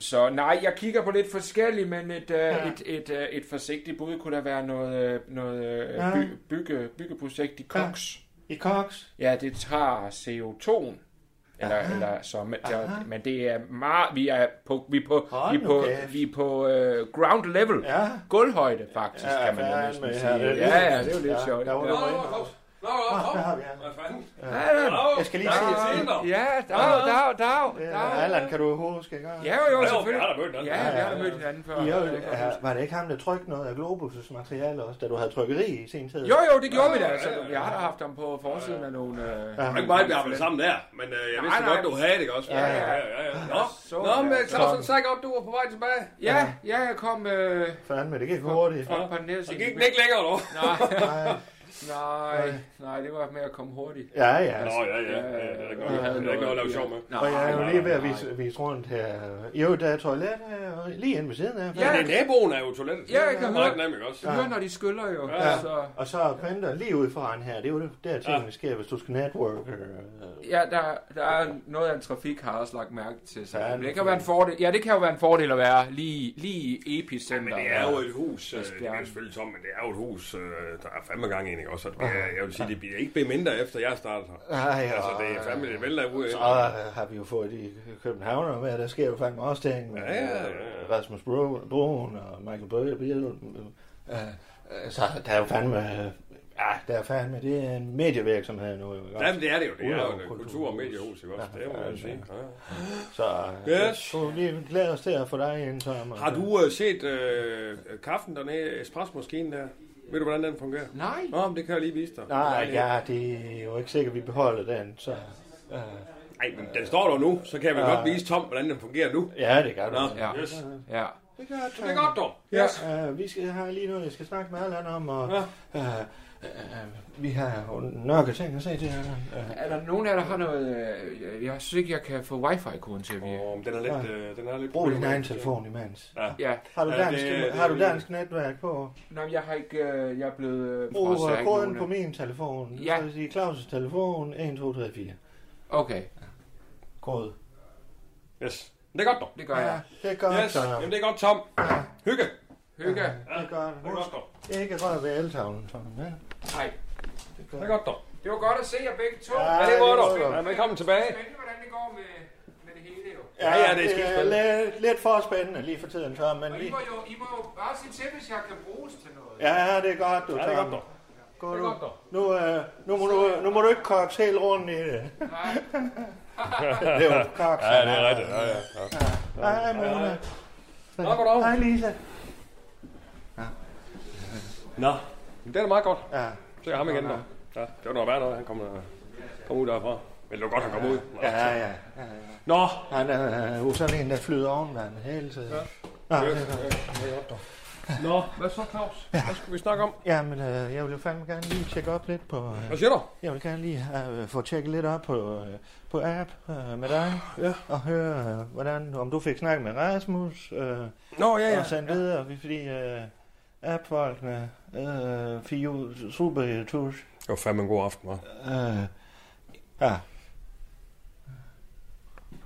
S5: Så nej, jeg kigger på lidt forskelligt, men et, øh,
S2: Ja.
S5: et, et, øh, et forsigtigt bud kunne da være noget, øh, noget øh,
S2: Ja.
S5: by, bygge, byggeprojekt i Koks.
S2: I Cox.
S5: Ja, det tager CO2'en. Eller, eller så, men, der, men det er meget, vi er på, vi er på,
S2: Hold
S5: vi er på,
S2: nu kæft.
S5: vi er på øh, ground level, ja.
S2: Ja.
S5: gulvhøjde faktisk, ja, kan man jo
S2: fandme,
S5: næsten
S2: ja,
S5: sige. Ja,
S2: det er lidt-
S5: ja, det er jo lidt
S2: ja,
S5: sjovt.
S2: der var
S5: Ja.
S2: noget. Åh, der Ah, har vi ham.
S6: Hvad fanden?
S5: Ja, ja.
S6: Hallo?
S2: Jeg skal lige
S6: Der
S2: se-
S6: er Tinder.
S5: Ja, dag, dag, dag,
S2: Øh,
S5: dag.
S2: Allan, kan du huske, ikke?
S5: Ja, jo, jo,
S6: Hallo, vi har
S5: selvfølgelig.
S6: da mødt den.
S5: Ja, vi har da mødt hinanden før.
S2: I,
S5: Det kan
S2: øh,
S5: jeg
S2: ja,
S5: huske.
S2: var det ikke ham, der trykte noget af Globus' materiale også, da du havde trykkeri i sin tid?
S5: Jo, jo, det gjorde vi da.
S6: Ja,
S5: Altså,
S6: ja, ja.
S5: vi har da haft ham på forsiden af nogle... Øh,
S6: Det er ikke meget, vi har været sammen der, men øh, jeg vidste
S5: nej.
S6: godt, du havde det også. Ja, ja, ja. ja. Nå,
S5: så-
S6: Nå men Clausen, så godt, du var på vej tilbage.
S5: Ja, ja, jeg kom øh,
S2: Fandme, det gik hurtigt.
S5: fra på den næste.
S6: Så gik den ikke længere, dog.
S5: Nej,
S2: Nej.
S5: nej, nej, det var med at komme hurtigt.
S2: Ja, ja.
S6: Nå, ja, ja. ja, ja, Det er da godt. Det er da ikke noget at lave sjov med.
S5: Nej,
S2: Og jeg er jo
S5: nej,
S2: lige ved at
S5: nej.
S2: vise, vise rundt her. Jo, der er toilet her, lige inde ved siden af.
S6: Men det er naboen er jo toilettet.
S5: Ja, jeg kan
S6: høre.
S5: høre.
S6: Det er nemlig også.
S5: Du hører, når de skyller jo.
S6: Ja.
S5: Så,
S2: Og så er printer lige ude foran her. Det er jo det- der tingene ja. sker, hvis du skal network. øh,
S5: ja, der, der er noget af en trafik, har jeg også lagt mærke til. Så
S2: Ja,
S5: det
S2: det
S5: kan være en fordel. Ja, det kan jo være en fordel at være lige, lige i
S6: Men
S5: epicenter.
S6: det er jo et hus, øh, det
S5: Esbjerg.
S6: er selvfølgelig tomt, men det er jo et hus, øh, der er fandme gang i egentlig også. Og det er- Jeg vil sige, det bliver ikke blevet mindre efter jeg startede her.
S2: Ej,
S6: Altså,
S2: og,
S6: det er fandme det vælter ud.
S2: så øh, har vi jo fået de københavnere med, og der sker jo fandme også ting med
S6: Ja, ja, ja.
S2: øh, Rasmus Bro- Broen og Michael Bøge. Så der er jo fandme... øh, Ja, der er fandme... Det er en medievirksomhed nu. Ikke?
S6: Jamen, det er det jo. Det er jo et
S2: Udover
S6: kultur- og
S2: kulturhus.
S6: mediehus, ikke også? Det må man sige. Ja.
S2: Så øh,
S6: Yes.
S2: så vi glæder os til at få dig ind, Tom. og-
S6: Har du øh, set øh, kaffen dernede, espressomaskinen der? Ved du, hvordan den fungerer?
S5: Nej.
S6: Nå, men det kan jeg lige vise dig.
S2: Nej, ja, det er jo ikke sikkert, at vi beholder den, så... Øh,
S6: Nej, men den står der nu, så kan jeg vel godt vise Tom, hvordan den fungerer nu.
S2: ja, det gør du.
S6: Nå,
S5: Ja.
S6: yes.
S5: Ja.
S2: Det gør
S6: Så det er godt, dog.
S5: Ja.
S2: Uh, vi skal, jeg har lige noget, jeg skal snakke med Allan om, og uh, uh, vi har jo nok ting at se til Allan. Uh,
S5: Er der nogen af jer, der har noget... Øh, jeg synes ikke, jeg kan få wifi-koden til at virke.
S6: Åh, men den er lidt... Øh, den er lidt
S2: brug din egen telefon imens.
S5: Ja,
S2: Har du
S6: Ja,
S2: dansk,
S6: det- det-
S2: har du dansk netværk på?
S5: Nå, men jeg har ikke... Øh, jeg er blevet... Øh,
S2: Brug
S5: frosset, jeg har
S2: øh,
S5: ikke
S2: koden
S5: nogen-
S2: på min telefon.
S5: Ja.
S2: Ja. Så vil sige Claus' telefon, 1, 2, 3, 4.
S5: Okay,
S2: Kode.
S6: Yes. Men det er godt, dog.
S5: det gør jeg.
S2: det er godt,
S6: Yes.
S2: Tom.
S6: Jamen, det er godt, Tom. Hygge.
S5: Hygge.
S2: Det er godt.
S6: Det er godt,
S2: Husk,
S6: dog.
S2: ikke rør ved eltavlen, Tom. Ja,
S5: Nej.
S2: det
S6: Det
S2: er
S6: er
S2: godt.
S6: godt, dog.
S5: Det var godt at se jer begge to.
S2: Ja,
S6: Ja, det var
S2: det
S6: dog.
S2: var godt.
S6: Ja, velkommen tilbage.
S5: Spændende, hvordan det går med, med det hele jo.
S7: Ja, ja, det er skidt spændende.
S2: lidt, lidt for spændende lige for tiden, så, men
S5: I
S2: lige...
S5: må jo, I må jo bare sige til, hvis jeg kan bruges til noget.
S2: Ja, det er godt, du. Ja,
S7: det er godt, dog.
S2: Godt,
S5: Det er godt,
S2: du.
S5: dog.
S2: Nu, øh, nu, må du, nu må du ikke kokke helt rundt i det.
S5: Nej,
S2: Det er jo koks.
S7: Ja, det er rigtigt. Ja, ja. ja.
S2: Hej, Mona.
S8: Nå, goddag.
S2: Hej, Lisa.
S7: Nå,
S8: Men Det er da meget godt.
S2: Ja,
S7: så er jeg ham igen. dog. Ja, det var noget værd, når han kom, øh, kom ud derfra. Men det var godt, han kom ud.
S2: ja, ja. ja.
S7: Nå,
S2: Han er jo sådan en, der flyder ovenvand hele tiden. Ja. Nå, det er godt.
S7: nå.
S5: hvad så, Claus?
S7: Hvad skal vi snakke om?
S2: Jamen, øh, jeg vil jo fandme gerne lige tjekke op lidt på... Øh,
S7: Hvad siger du?
S2: Jeg vil gerne lige øh, få tjekket lidt op på, øh, på app øh, med dig. Ja. Og høre, øh, hvordan, om du fik snakket med Rasmus. Øh,
S7: Nå, ja,
S2: ja,
S7: ja.
S2: og sendt videre, ja. fordi øh, app-folkene øh, fik jo super tusch.
S7: Det var fandme en god aften, hva'?
S2: Øh, ja.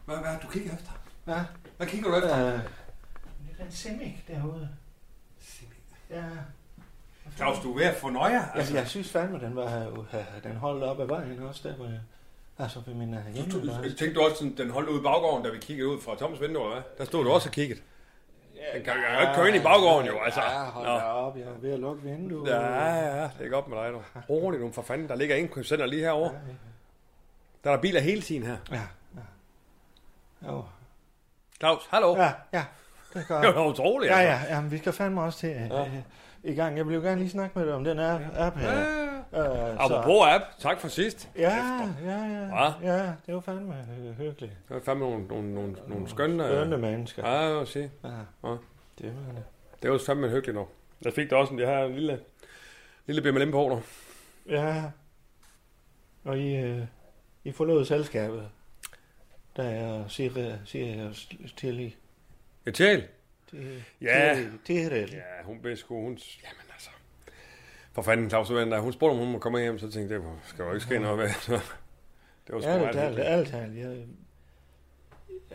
S9: Hvad, hvad er det, du kigger efter?
S2: Hvad?
S9: Hvad kigger du efter?
S2: Øh, det er en simik derude. Ja.
S9: Claus, du er ved at få nøjer.
S2: Altså, jeg synes fandme, den var uh, den holdt op ad vejen også, der hvor jeg... Altså, ved min uh,
S9: Du,
S2: hjemme.
S9: du- Altså, tænkte du også, sådan, den holdt ude i baggården, da vi kiggede ud fra Toms vindue, eller hvad? Der stod du også og kiggede. Den kan jo ikke køre ind i baggården, jo, altså.
S2: Ja, hold
S9: Nå.
S2: da op, jeg er ved at lukke vinduet.
S9: Ja, ja, ja, det er godt med dig, du. Rolig nu, for fanden. Der ligger indkøbscenter lige herovre. Der er der biler hele tiden her.
S2: Ja, ja. Jo.
S9: Claus, hallo.
S2: Ja, ja. Det er godt.
S9: Det var utroligt,
S2: Ja,
S9: altså.
S2: ja, ja, men vi skal fandme også til ja. øh, i gang. Jeg vil jo gerne lige snakke med dig om den app, app her. Øh,
S9: altså. Apropos app, tak for sidst.
S2: Ja, ja, ja.
S9: Hva?
S2: Ja, det var fandme øh, hyggeligt.
S9: Det var fandme nogle, nogle, nogle, nogle skønne... øh,
S2: Skønne mennesker.
S9: Ja, jeg vil sige.
S2: Ja.
S9: Ja.
S2: Det var det.
S9: Det var fandme hyggeligt nok. Jeg fik da også en, det her lille, lille BMLM på nu.
S2: Ja. Og I, øh, I forlod selskabet, da jeg siger, siger jeg s- til I.
S9: Et tjæl.
S2: Det,
S9: Ja.
S2: det, det er det.
S9: Ja, hun blev sgu, hun... Jamen altså... For fanden, Claus, hvad der? Hun spurgte, om hun må komme hjem, så tænkte jeg, det skal jo ikke ske noget ved. Så Det var sgu
S2: Ærligt
S9: ret
S2: talt,
S9: hyggeligt.
S2: ærligt talt. Jeg,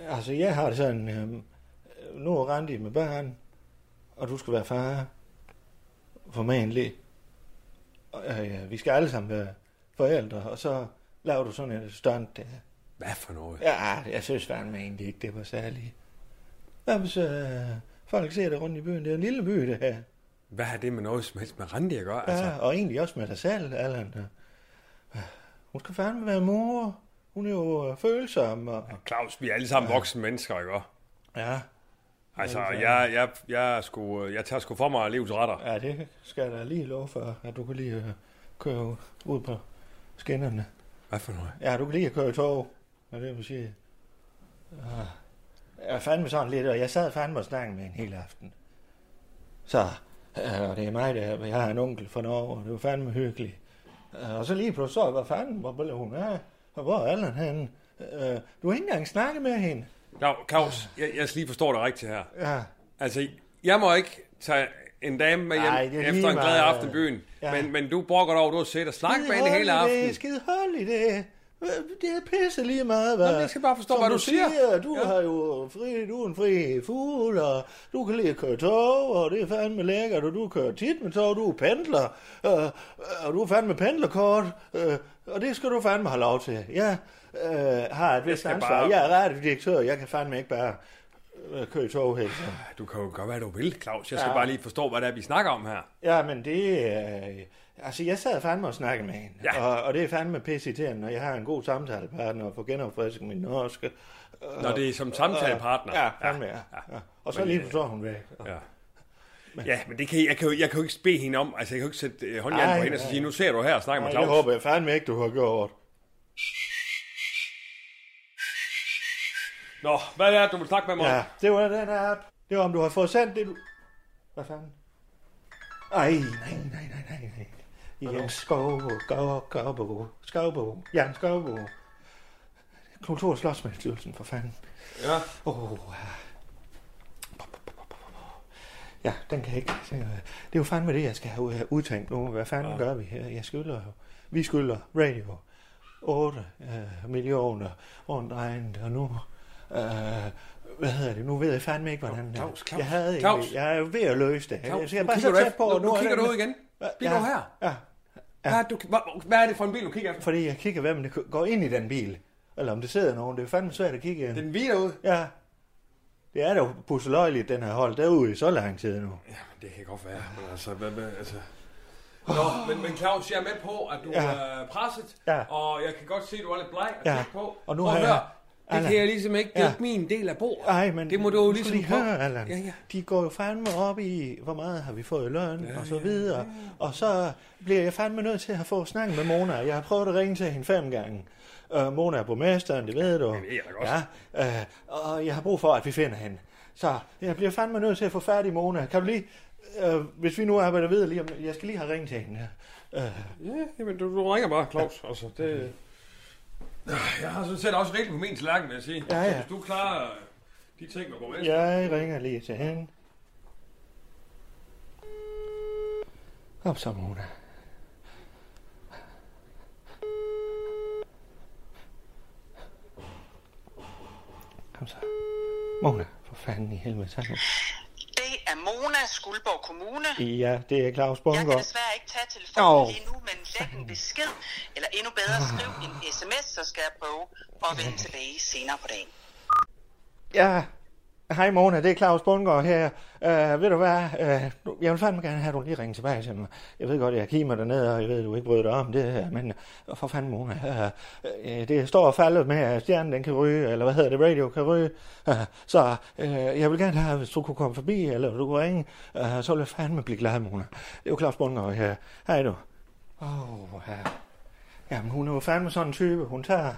S2: altså, jeg har det sådan, øhm, nu er Randi med børn, og du skal være far, formentlig. Og, øh, vi skal alle sammen være forældre, og så laver du sådan et stunt der.
S9: Hvad for noget?
S2: Ja, jeg synes fandme egentlig ikke, det var særligt. Hvad hvis øh, folk ser det rundt i byen? Det er en lille by, det her.
S9: Hvad har det med noget som helst med Randi at gøre? Altså,
S2: Ja, og egentlig også med dig selv, Allan. Hun skal fandme være mor. Hun er jo øh, følsom, og...
S9: Claus, vi er alle sammen voksne mennesker, ikke? også?
S2: Ja,
S9: Altså, jeg, jeg, jeg, er sgu, øh, jeg tager sgu for mig livets retter.
S2: Ja, det skal jeg da lige love for, at du kan lige øh, køre ud på skinnerne.
S9: Hvad for noget?
S2: Ja, du kan lige køre i tog, er det, man siger. Ah, Jeg er fandme sådan lidt, og jeg sad fandme og snakkede med en hel aften. Så, øh, og det er mig, der, jeg har en onkel fra Norge, og det var fandme hyggeligt. Øh, Og så lige pludselig så, jeg, hvad fanden, hvor blev hun af? Og hvor er Allan henne? Øh, du har ikke engang snakket med hende.
S9: Nå, Claus, jeg, jeg skal lige forstår dig rigtigt her.
S2: Ja,
S9: Altså, jeg må ikke tage en dame med hjem
S2: Ej,
S9: Ej,
S2: det er lige
S9: efter en glad
S2: meget.
S9: aften i byen.
S2: Ja.
S9: Ja. Men, men du brokker dig over, du har set og slagt med hende hele
S2: Det er
S9: aftenen.
S2: skide hul i det. Det er pisse lige meget, hvad?
S9: Jamen, jeg skal bare forstå, hvad du siger.
S2: Du ja.
S9: Ja.
S2: har jo fri, du er en fri fugl, og du kan lige køre tog, og det er fandme lækkert, og du kører tit med tog, du er pendler, øh, og du er fandme pendlerkort, øh, og det skal du fandme have lov til. Jeg øh, har et vist
S9: skal
S2: ansvar.
S9: bare-
S2: Jeg er radiodirektør, jeg kan fandme ikke bare øh, køre i tog helt. tiden.
S9: Du kan jo gøre, hvad du vil, Claus. Jeg skal ja. bare lige forstå, hvad det er, vi snakker om her.
S2: Ja, men det er... Altså, jeg sad fandme og snakkede med hende, ja.
S9: Ja.
S2: og, og det er fandme pisse irriterende, når jeg har en god samtalepartner og får genopfrisket min norske.
S9: Når det er som samtalepartner.
S2: Ja, fandme, ja. ja. Og så
S9: øh,
S2: lige forstår hun væk.
S9: Ja. Ja, men det kan, jeg, kan jo, jeg kan jo ikke bede hende om, altså jeg kan jo ikke sætte øh, håndjern
S2: Ej,
S9: på hende og så
S2: nej.
S9: sige, nu ser du her og snakker
S2: Nej,
S9: med
S2: det
S9: Claus.
S2: håber jeg fandme ikke, du har gjort.
S9: Nå, hvad er det, du vil snakke med mig om?
S2: Ja, det var den app. Det var, om du har fået sendt det, du... Hvad fanden? Ej, nej, nej, nej, nej, nej. Jan Skovbo, Skovbo, Skovbo, Jan Skovbo. Kultur- og Slottsmedstyrelsen, for fanden.
S9: Ja.
S2: Åh, oh, ja. den kan jeg ikke. Det er jo fandme det, jeg skal have ud- udtænkt nu. Hvad fanden ja. gør vi her? Jeg skylder, vi skylder radio 8 øh, millioner rundt regnet, og nu... Øh, hvad hedder det? Nu ved jeg fandme ikke, hvordan... øh,
S9: Claus, Claus,
S2: jeg, havde
S9: Claus.
S2: egentlig- jeg er jo ved at løse det.
S9: Claus,
S2: jeg ser
S9: nu
S2: bare
S9: kigger
S2: så
S9: du
S2: tæt
S9: efter-
S2: på,
S9: nu,
S2: og nu
S9: nu
S2: er
S9: kigger
S2: den-
S9: du ud igen. Bliv
S2: ja,
S9: nu her.
S2: Ja,
S9: Hvad er, det, du, hvad, hvad er det for en bil, du kigger efter?
S2: fordi jeg kigger, hvem det går ind i den bil. Eller om det sidder nogen. Det er fandme svært at kigge ind.
S10: Den hviner ud.
S2: Ja. Det er da pusseløjeligt, den har holdt derude i så lang tid nu.
S10: Det kan godt være, men altså, hvad, hvad, altså... Nå,
S9: Men, men Claus, jeg er med på, at du
S2: Ja.
S9: ja. er presset,
S2: Ja.
S9: og jeg kan godt se, at du er lidt bleg og
S2: Ja.
S9: ja. på.
S2: Og nu
S9: Prøv
S2: har
S9: at
S2: jeg-
S9: høre, Det
S2: Allan.
S9: kan jeg ligesom ikke, det
S2: Ja.
S9: er ikke min del af bordet.
S2: Nej, men
S9: det må du jo
S2: nu
S9: ligesom
S2: skal lige
S9: prøve.
S2: høre, Allan.
S9: Ja, ja.
S2: De går jo fandme op i, hvor meget har vi fået i løn, ja, og så videre. Ja, Og så bliver jeg fandme nødt til at få snakket med Mona. Jeg har prøvet at ringe til hende fem gange. Uh, Mona er borgmesteren, det ved du. Det
S10: ved jeg da godt.
S2: Ja, øh, og jeg har brug for, at vi finder hende. Så jeg bliver fandme nødt til at få fat i Mona. Kan du lige, øh, hvis vi nu arbejder videre lige om, jeg skal lige have ringet til hende. Øh,
S9: Ja, jamen, du, du ringer bare, Claus. Altså, det... Jeg har sådan set også rigtigt på min tallerken, vil jeg sige.
S2: Ja,
S9: Så
S2: ja.
S9: Hvis du klarer øh, de ting med borgmester.
S2: jeg ringer lige til hende. Kom så, Mona. Kom så. Mona, for fanden i helvede, tag nu.
S11: Det er Mona, Skuldborg Kommune.
S2: Ja, det er Claus
S11: Jeg kan
S2: Bunker.
S11: desværre ikke tage telefonen
S2: Åh.
S11: lige nu, men læg en besked, eller endnu bedre,
S2: Ah.
S11: skriv en sms, så skal jeg prøve at vende tilbage senere på dagen.
S2: Ja, hej Mona, det er Claus Bundgaard her. Uh, ved du hvad, uh, nu- jeg vil fandme gerne have, at du lige ringer tilbage til mig. Jeg ved godt, jeg kimer dig ned, og jeg ved, du ikke bryder dig om det her, men øh, for fanden Mona, uh, uh, det står og falder med, at stjernen den kan ryge, eller hvad hedder det, radio kan ryge. Uh, så uh, jeg vil gerne have, hvis du kunne komme forbi, eller du kunne ringe, uh, så ville jeg fandme blive glad, Mona. Det er jo Claus Bundgaard her. Hej du. Åh, oh, ja. Jamen, hun er jo fandme sådan en type. Hun tager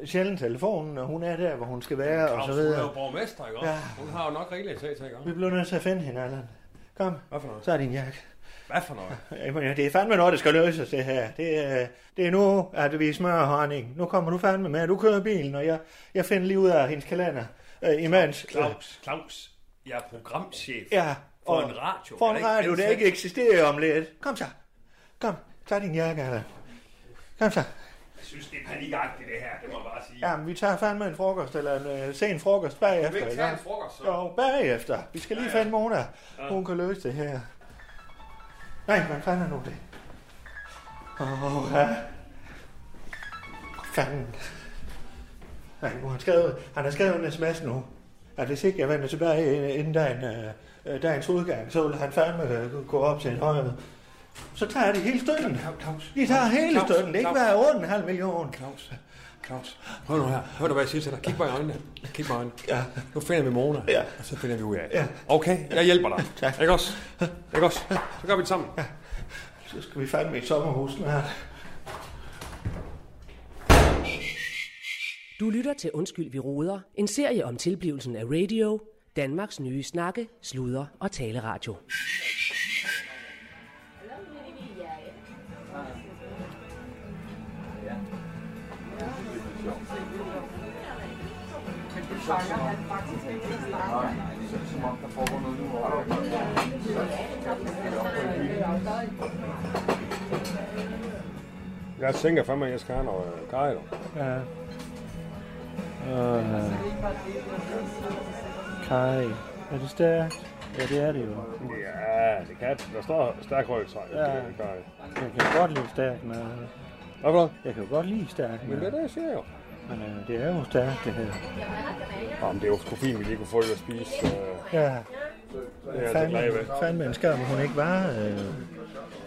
S2: øh, sjældent telefonen, og hun er der, hvor hun skal være, og så
S9: Claus, hun
S2: videre.
S9: er jo borgmester, ikke også?
S2: Ja.
S9: Hun har jo nok rigeligt at tage til, ikke også?
S2: Vi bliver nødt til at finde hende, Allan. Kom,
S9: Hvad for noget?
S2: så er din jakke.
S9: Hvad for noget?
S2: Jamen, ja, det er fandme noget, der skal løses, det her. Det er, det er nu, at vi smører honning. Nu kommer du fandme med. Du kører bilen, og jeg, jeg finder lige ud af hendes kalender. Øh, imens.
S9: Claus, Claus, jeg er programchef
S2: Ja.
S9: for
S2: og-
S9: en radio.
S2: For
S9: Jeg
S2: en
S9: er
S2: radio, der
S9: ansat.
S2: ikke eksisterer om lidt. Kom så. Kom, tag din jakke, Allan. Kom så.
S9: Jeg synes, det er panikagtigt, det her, det må jeg bare sige.
S2: Jamen, vi tager fandme en frokost, eller en øh, sen frokost
S9: Kan vi
S2: bagefter.
S9: ikke
S2: ikke?
S9: tage en frokost, så?
S2: Jo, bagefter. Vi skal lige finde Mona. Hun kan løse det her. Nej, hvad fanden er nu det? Åh, oh, ja. Fanden. Nej, nu har han skrevet, han har skrevet en sms nu. At hvis ikke jeg vender tilbage inden dagen, øh, øh, dagens udgang, så vil han fandme øh, gå op til en højre. Så tager de hele støtten.
S9: Claus,
S2: De tager hele
S9: Claus,
S2: støtten. Det er ikke
S9: Claus.
S2: hver rundt en halv million.
S9: Claus, Claus, hør nu her. Hør nu, hvad jeg siger til dig. Kig mig i øjnene. Kig mig i øjnene.
S2: Ja.
S9: Nu finder vi Mona,
S2: Ja.
S9: og så finder vi ud af det.
S2: Ja.
S9: Okay, jeg hjælper dig.
S2: Tak.
S9: Ikke også? Ikke også? Så gør vi det sammen.
S2: Så skal vi fandme i et sommerhus snart.
S12: Du lytter til Undskyld, vi råder. En serie om tilblivelsen af radio. Danmarks nye snakke, sludre og taleradio.
S9: Jeg tænker fandme, at jeg skal have noget kaj,
S2: Ja. Øh. Kai. Er det stærkt? Ja, det er det jo.
S9: Ja, det kan. Der står stærk røgtræk.
S2: Ja. Jeg kan jo godt lide stærkt mad.
S9: Hvad for noget?
S2: Jeg kan jo godt lide stærkt
S9: Men det er
S2: mad.
S9: det, jeg siger jo.
S2: Men øh, det er jo stærkt, det her.
S9: Jamen, det er jo sgu fint, vi lige kunne få lidt at spise. Øh,
S2: Ja,
S9: det er jeg så glad altså ved.
S2: fandme, fandme en skam, hun ikke var. Øh,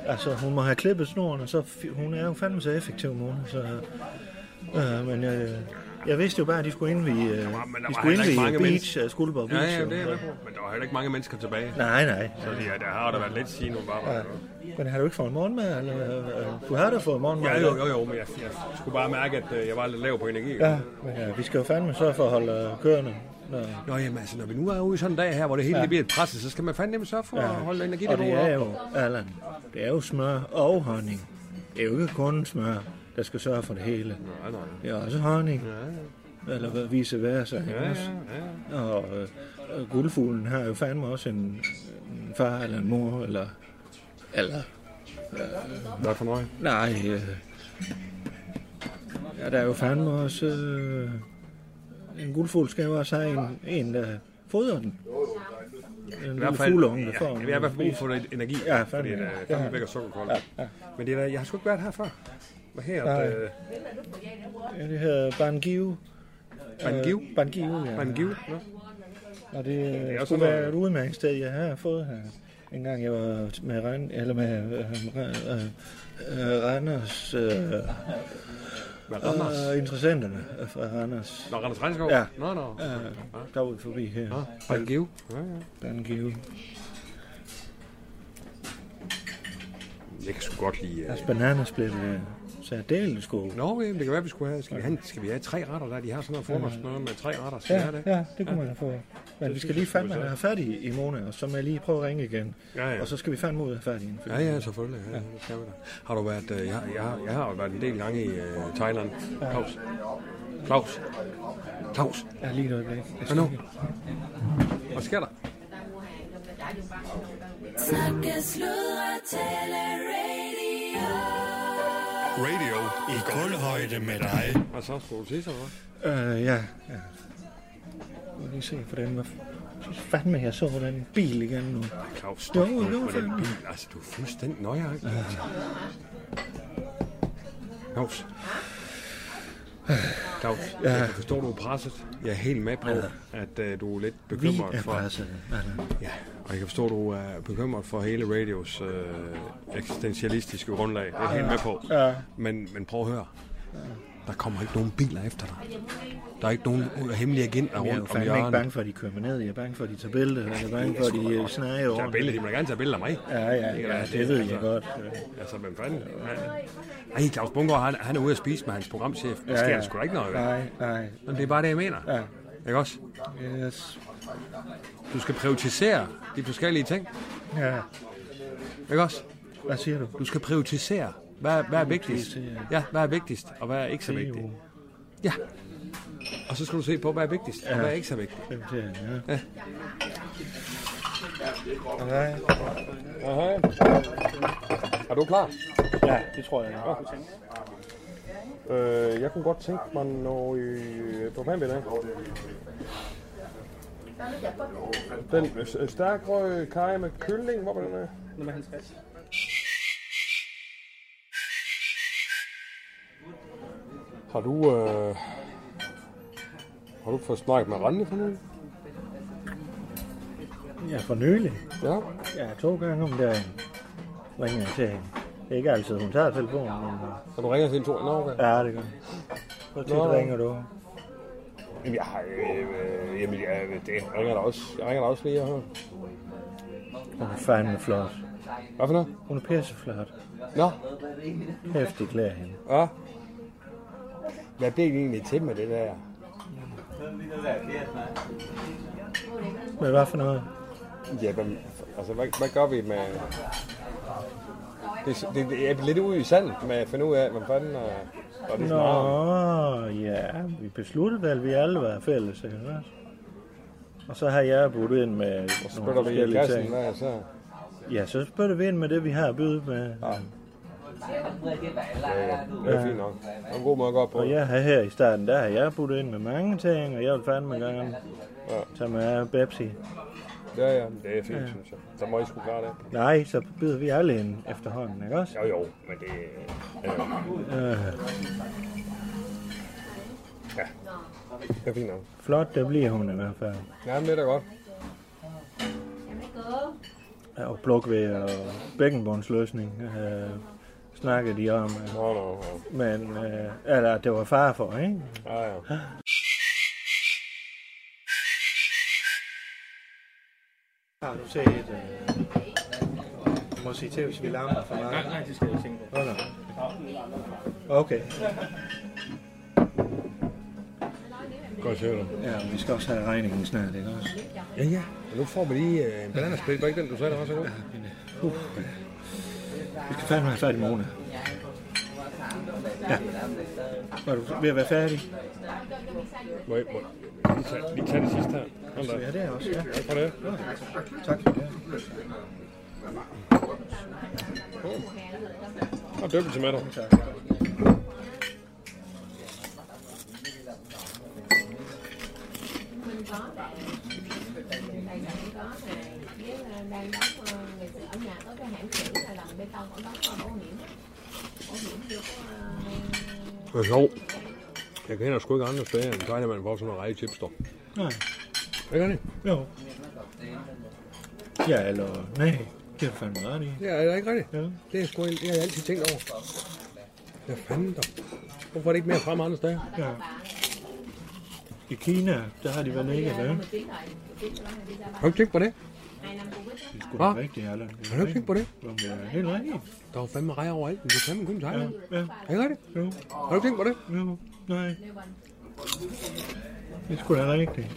S2: altså, hun må have klippet snoren, og så fi- hun er jo fandme så effektiv, Mona. Så, øh, men øh, jeg vidste jo bare, at de skulle indvige, øh, de skulle
S9: heller ikke mange
S2: indvige Beach,
S9: mennesker.
S2: øh, Skuldborg Beach. jo.
S9: på. Men der var heller ikke mange mennesker tilbage.
S2: Nej, nej.
S9: Så det, ja, der har der været lidt sige nu bare. Ja.
S2: Men har du ikke fået morgenmad? Eller, øh, du har da fået morgenmad?
S9: Ja, jo, jo, jo, men jeg, jeg skulle bare mærke, at øh, jeg var lidt lav på energi.
S2: Ja, men øh, vi skal jo fandme sørge for at holde øh, kørende. Nå.
S9: Nå, jamen, altså, når vi nu er ude i sådan en dag her, hvor det hele ja. bliver et presset, så skal man fandme sørge for ja. at holde
S2: Og
S9: energiniveauet
S2: det
S9: op.
S2: er jo, Allan, det er jo smør og honning. Det er jo ikke kun smør, der skal sørge for det hele.
S9: Nej, nej.
S2: Det er også honning. Eller hvad vice versa. Ja, ja. Og øh, øh, guldfuglen har jo fandme også en, en far eller en mor, eller... Eller...
S9: Hvad for noget?
S2: Nej, øh, ja, der er jo fandme også... Øh, en guldfugl skal jo også have en, en der fodrer den. En lille fugleunge, der får
S9: ja, jeg har i hvert fald brug for noget energi,
S2: Ja,
S9: fordi øh,
S2: fandme.
S9: det er fandme væk og sukkerkold. Ja, ja. Men det er, da- jeg har sgu ikke været her før. Hvad her?
S2: Nej.
S9: Øh,
S2: Ja, det hedder Bangiu.
S9: Bangiu?
S2: Øh, Bangiu, ja.
S9: Bangiu, nå.
S2: Og det, øh,
S9: Det er
S2: det
S9: også
S2: skulle
S9: noget-
S2: være et udmærkingssted, jeg har fået her. En gang jeg var med Rand, eller med øh, øh, øh, Randers... Øh,
S9: Med Randers?
S2: Øh, interessenterne fra Randers.
S9: Nå, Randers Regnskov?
S2: Ja.
S9: Nå, nå.
S2: Øh, derude forbi her.
S9: Nå, Bangiu. Ja, ja.
S2: Bangiu.
S9: Jeg kan sgu godt lide...
S2: Altså, bananas blev det særdeles gode.
S9: Nå, jamen, det kan være, vi skulle have... Skal vi have, skal vi have tre retter der? De har sådan noget frokost,
S2: Ja.
S9: noget med tre retter. Skal vi
S2: Ja,
S9: have det?
S2: ja, det kunne man få. Men
S9: Det
S2: vi skal
S9: synes
S2: lige
S9: jeg,
S2: fandme
S9: vi så.
S2: have fat i i morgen, og så må jeg lige prøve at ringe igen.
S9: Ja, ja.
S2: Og så skal vi fandme ud af færdig. inden for-
S9: Ja, ja, selvfølgelig. Ja, ja. Det skal vi da. Har du været... Øh, jeg, har- jeg, har- jeg har jo været en del gange i øh, Thailand. Claus. Claus. Claus.
S2: Ja, lige et øjeblik.
S9: Hvad nu? Hvad sker der?
S1: Snakke, sludre, tale, radio.
S9: Radio i guldhøjde med dig. Hvad så? Skulle du sige så, hvad?
S2: Øh, ja, ja. Jeg vil lige se, hvordan var... Synes fandme, jeg så den bil igen nu.
S9: Claus,
S2: Jo, jo,
S9: du er på den
S2: fandme.
S9: bil. Altså, du er fuldstændig nøjagtig. Claus. Claus, ja. jeg kan forstå, du er presset. Jeg er helt med på, ja. at uh, du er lidt bekymret
S2: Vi er
S9: for...
S2: presset,
S9: Ja, og jeg kan forstå, du er bekymret for hele radios øh, eksistentialistiske grundlag. Jeg er helt
S2: Ja.
S9: med på.
S2: Ja.
S9: Men, men prøv at høre. Der kommer ikke nogen biler efter dig. Der er ikke nogen øh, hemmelige agenter
S2: Jeg er jo
S9: rundt om
S2: fandme ikke
S9: hjørnet.
S2: bange for, at de kører mig ned. Jeg er bange for, at de tager billeder. Jeg er bange for, at de øh, snager over.
S9: Tag billeder, de må da gerne tage billeder af mig.
S2: Ja, ja,
S9: kan
S2: ja,
S9: da-
S2: det ved jeg godt.
S9: Altså, hvem fanden? Nej, Claus Bungård, han, han er ude at spise med hans programchef. Der sker ja, ja. sgu da ikke noget. ved.
S2: Nej, nej.
S9: Men det er bare det, jeg mener.
S2: Ja.
S9: Ikke også?
S2: Yes.
S9: Du skal prioritisere de forskellige ting.
S2: Ja.
S9: Ikke også?
S2: Hvad siger du?
S9: Du skal prioritisere. Hvad, hvad er vigtigst?
S2: Prioritere.
S9: Ja, hvad er vigtigst, og hvad er ikke så
S2: Det er
S9: vigtigt?
S2: jo-
S9: Ja. Og så skal du se på, hvad er vigtigst, og
S2: Ja.
S9: hvad er ikke så vigtigt.
S2: Prioritering, ja.
S9: Ja.
S2: Hej.
S9: Hej. Er du klar?
S2: Ja, det tror jeg. Ja.
S9: Øh, jeg kunne godt tænke mig noget tomatmiddag. Den øh, stærk røg kaj med kylling, hvor var den øh? af?
S11: Nummer 50.
S9: Har du, øh, har du fået snakket med Randi for nylig?
S2: Ja, for nylig.
S9: Ja.
S2: Ja, to gange om dagen ringer jeg til hende. Det er ikke altid, hun tager telefonen, men...
S9: Så du ringer til en to? Nå, okay.
S2: Ja, det gør jeg. Hvor tit
S9: Nå.
S2: ringer du?
S9: Jamen, jeg har, øh, øh, jamen, jeg, det jeg ringer da også. Jeg ringer da også lige her.
S2: Hun er fandme flot.
S9: Hvad for noget?
S2: Hun er pisseflot.
S9: Nå.
S2: Hæftig klæder hende.
S9: Ja. Hvad blev det egentlig til med det der?
S2: Men hvad for noget?
S9: Ja, men, altså, hvad, hvad gør vi med... Det, det, det, jeg er lidt ude i sand med at finde ud af, hvad fanden og, og det smager.
S2: Nå, ja, vi besluttede vel, at vi alle var fælles, ikke også? Og så har jeg budt ind med og så
S9: Spørger du i kassen, hvad er så?
S2: Ja, så spørger vi ind med det, vi har at byde med. Ja.
S9: Ja, ja, det er fint nok. Det er en god måde at gå op på.
S2: Og jeg har her i starten, der har jeg budt ind med mange ting, og jeg vil fandme gerne tage med af Pepsi.
S9: Ja, ja, det er fint,
S2: Ja.
S9: synes jeg. Så må I sgu klare det.
S2: Nej, så byder vi alle ind efterhånden, ikke også?
S9: Jo, jo, men det... Øh,
S2: Øh,
S9: ja, det er fint nok.
S2: flot, det bliver hun i hvert fald.
S9: Ja, men det er da godt.
S2: Ja, Og Blokvæg og bækkenbåndsløsning øh, snakkede de om. øh.
S9: Nå, nå, nå.
S2: Men, øh, eller det var far for, ikke?
S9: Ja, Ah, ja.
S2: Har du set... Øh... Du må sige til, hvis vi larmer for meget.
S11: Nej, nej, det skal jeg ikke tænke på.
S2: Nå, nå. Okay.
S9: Godt sjovt.
S2: Ja, vi skal også have regningen snart, ikke også?
S9: Ja, ja. Og nu får vi lige øh, en bananasplit. Var ikke den, du sagde, der var så god?
S2: Uh. Vi skal fandme have fat i morgen. Ja. Var du ved at være færdig?
S9: Må jeg, må jeg lige, tage, lige tage det sidste her? Hold da.
S2: Ja, det er jeg også, ja.
S9: Tak for det.
S2: Tak.
S9: Og døbel til med dig.
S1: Ở nhà có cái hãng chữ là làm bê tông ở đó có bảo hiểm bảo hiểm vô có
S9: Det er sjovt. Jeg kender sgu ikke andre steder, end tegnemanden får sådan en række chipster.
S2: Nej.
S9: Hvad gør det?
S2: Jo. Ja, eller... Nej, det er fandme ret i.
S9: Ja, det er ikke rigtigt. Ja. Det, er sgu, en- det har jeg altid tænkt over. Hvad fanden der? Hvorfor er det ikke mere frem andre steder?
S2: Ja. I Kina, der har de været ikke at lave.
S9: Har du ikke tænkt på det?
S2: Det skulle
S9: Hva?
S2: da rigtigt, Allan.
S9: Har du ikke tænkt på det?
S2: Jo, men det er helt rigtigt.
S9: Der er jo fandme rejer overalt, men det er fandme kun i Thailand.
S2: Ja, ja.
S9: Er det ikke rigtigt?
S2: Jo.
S9: Har du tænkt på det?
S2: Jo, nej. Det er sgu da rigtigt.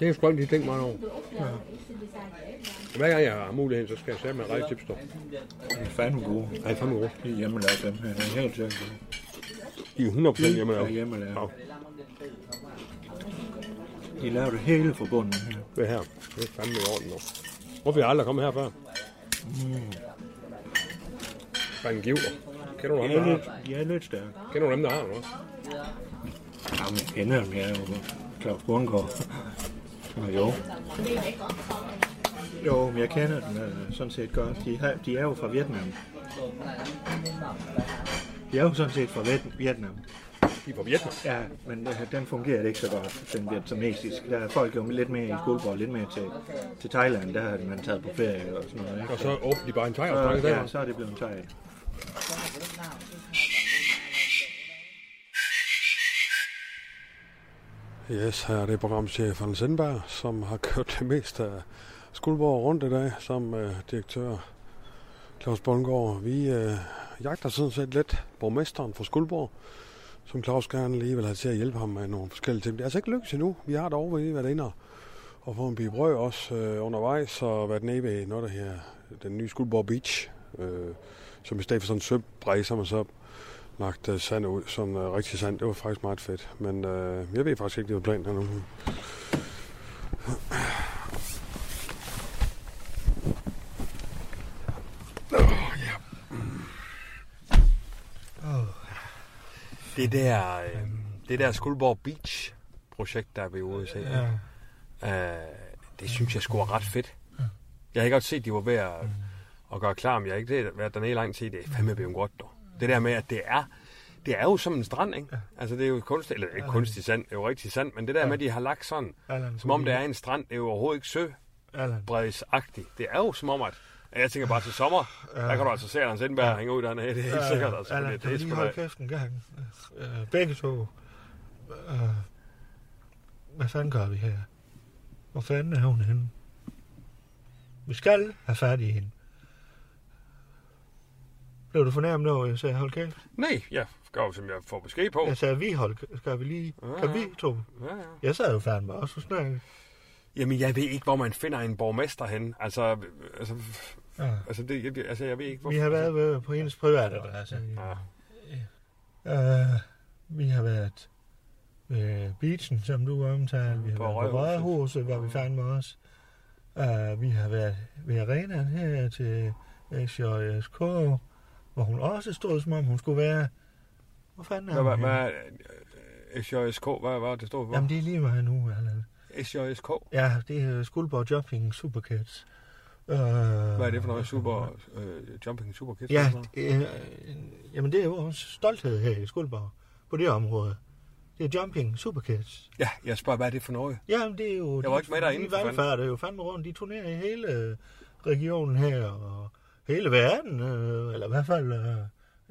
S9: Det er sgu ikke lige tænkt meget over.
S2: Ja.
S9: Hver gang jeg har muligheden, så skal jeg sætte med rejse chipster.
S2: De er fandme gode.
S9: Ja, de er fandme gode.
S2: De er hjemmelavet dem her. Det er helt sikkert gode.
S9: De er 100% hjemmelavet.
S2: De er hjemmelavet.
S9: Ja.
S2: De laver det hele fra bunden her.
S9: Det her, det er fandme i orden nu. Hvorfor er jeg aldrig kommet her før?
S2: Mm.
S9: Fanden giver. Kender du ham,
S2: De
S9: der
S2: er
S9: har
S2: lidt,
S9: det?
S2: de er lidt stærke.
S9: Kender du dem, der har det? hva'?
S2: Jamen, jeg kender dem. Jeg er jo Claus Bundgaard. Nå, jo. Jo, men jeg kender dem øh, sådan set godt. De, har, de er jo fra Vietnam. De er jo sådan set fra Viet- Vietnam.
S9: De er fra Vietnam?
S2: Ja, men øh, den fungerer ikke så godt, den vietnamesiske. Der er folk jo lidt mere i skuldborg, lidt mere til, til Thailand. Der har man taget på ferie og sådan noget. Ikke?
S9: Og så åbner de bare en thai
S2: Så,
S9: restaurant
S2: ja,
S9: der.
S2: så er det blevet en thai.
S9: Yes, her er det programchef Anders Sindberg, som har kørt det meste af Skuldborg rundt i dag, sammen med direktør Claus Bundgaard. Vi øh, jagter sådan set lidt borgmesteren fra Skuldborg, som Claus gerne lige vil have til at hjælpe ham med nogle forskellige ting. Det er altså ikke lykkedes endnu. Vi har dog ved været inde og- og få en bib røg også øh, undervejs, og været nede ved noget der her, den nye Skuldborg Beach, øh, som i stedet for sådan en søbræ, som man så lagt øh, sand ud som øh, rigtig sand. Det var faktisk meget fedt. Men øh, jeg ved faktisk ikke, det var planen endnu. Det der, øh, det der Skuldborg Beach projekt, der er ved USA, ja. øh, det synes jeg skulle er ret fedt. Jeg har godt set, de var ved at, at gøre klar, men jeg har ikke været dernede i lang tid. Det er fandme blevet godt, dog. Det der med, at det er, det er jo som en strand, ikke? Altså, det er jo kunstig, eller ikke kunstig sand, det er jo rigtig sand, men det der med, at de har lagt sådan,
S2: Allan,
S9: som om det er en strand, det er jo overhovedet ikke sø
S2: Allan.
S9: bredsagtigt. Det er jo som om, at at jeg tænker bare til sommer, der kan du altså se, at Hans Indberg hænger ud dernede. Det er helt sikkert. Altså,
S2: Øh, Allan,
S9: det,
S2: kan
S9: det
S2: vi
S9: er
S2: lige
S9: sgu
S2: holde
S9: da-
S2: kæft en gang? Øh, begge to. Øh, hvad fanden gør vi her? Hvor fanden er hun henne? Vi skal have fat i hende. Blev du fornærmet over, at jeg sagde, hold kæft?
S9: Nej, jeg gør jo, som jeg får besked på.
S2: Jeg sagde, vi hold kæft. Skal vi lige? Kan vi to?
S9: Ja, ja.
S2: Jeg sad jo fandme også og snakkede.
S9: Jamen, jeg ved ikke, hvor man finder en borgmester hen. Altså, altså,
S2: Ja.
S9: altså, det, jeg, altså jeg ved ikke, hvor...
S2: Vi har været ved, på hendes private adresse.
S9: Ja.
S2: Øh, vi har været ved beachen, som du omtalte. Vi har
S9: På
S2: været på
S9: Rådhuset.
S2: Rødhuset, var vi fandme også. Øh, vi har været ved arenaen her til SJSK, hvor hun også stod, som om hun skulle være... Hvor fanden er
S9: Hvad, hvad,
S2: hun henne?
S9: hvad, øh, SJSK, hvad var det, det stod for?
S2: Jamen, det er lige meget nu, Allan.
S9: SJSK?
S2: Ja, det er Skuldborg Jumping Supercats. Øh,
S9: Hvad er det for noget? Super, øh, jumping super kids?
S2: Ja, øh, jamen det er vores stolthed her i Skuldborg, på det område. Det er Jumping Supercats.
S9: ja, jeg spørger, hvad er det for noget?
S2: Jamen, det er jo...
S9: Jeg var ikke med derinde,
S2: De
S9: for fanden.
S2: valgfærd er jo fandme rundt. De turnerer i hele øh, regionen her, og hele verden, øh, eller i hvert fald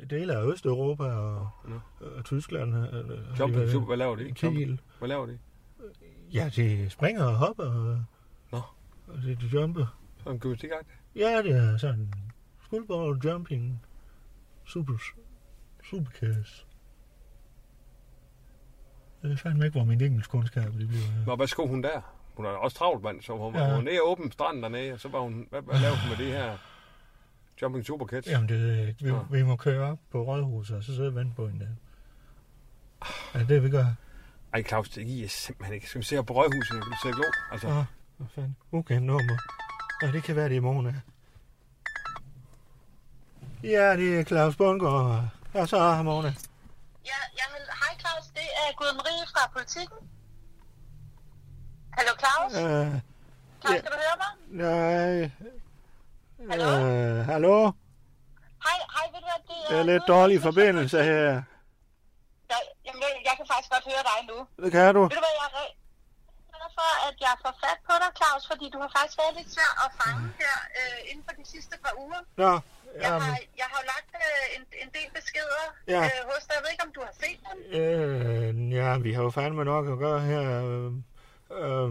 S2: øh, dele af Østeuropa og, og Tyskland. Øh, har de
S9: Jumping
S2: været-
S9: super, hvad laver de?
S2: Kiel.
S9: Hvad laver de?
S2: Ja, de springer og hopper. Og,
S9: Nå.
S2: Og det de jumper.
S9: Sådan gymnastikagtigt?
S2: Ja, det er sådan... Skuldborg jumping. Super... Supercast. Jeg ved fandme ikke, hvor min engelskundskab det bliver. her.
S9: Nå, hvad skulle hun der? Hun er også travlt, mand, så hun,
S2: Ja.
S9: ja. hun er nede og åbne stranden dernede, og så var hun, hvad, hvad lavede hun med det her Jumping Super Kids?
S2: Jamen, det ved jeg ikke. Vi,
S9: Nå.
S2: vi må køre op på rådhuset, og så sidde og vente på hende. Er det det, vi gør?
S9: Ej, Claus, det giver jeg simpelthen ikke. Skal vi se her på Rødhuset, kan du se glo? Altså,
S2: Åh, Ah, hvad fanden? Ukendt nummer. Ja, det kan være, det er Mona. Ja, det er Claus Bundgaard. Og så er Mona.
S13: Ja, jamen, hej Claus, det er Gud Marie fra Politiken. Hallo Claus,
S2: Øh,
S13: Claus, kan du høre mig?
S2: nej.
S13: Hallo?
S2: Øh, hallo?
S11: Hej, hej, ved du hvad, det
S2: Der er lidt dårlig forbindelse her.
S11: Jeg, jamen, jeg, jeg kan faktisk godt høre dig nu.
S2: Det kan du.
S11: Ved du hvad, jeg er re- glad for, at jeg får fat på dig, Claus, fordi du har faktisk været lidt svær at fange her øh, inden for de sidste par uger.
S2: Nå,
S11: Jeg
S2: jamen,
S11: har, jeg har jo lagt øh, en, en del beskeder
S2: Ja.
S11: ja. øh, hos dig. Jeg ved ikke, om du har set dem.
S2: øh, ja, vi har jo fandme nok at gøre her. Øh, øh,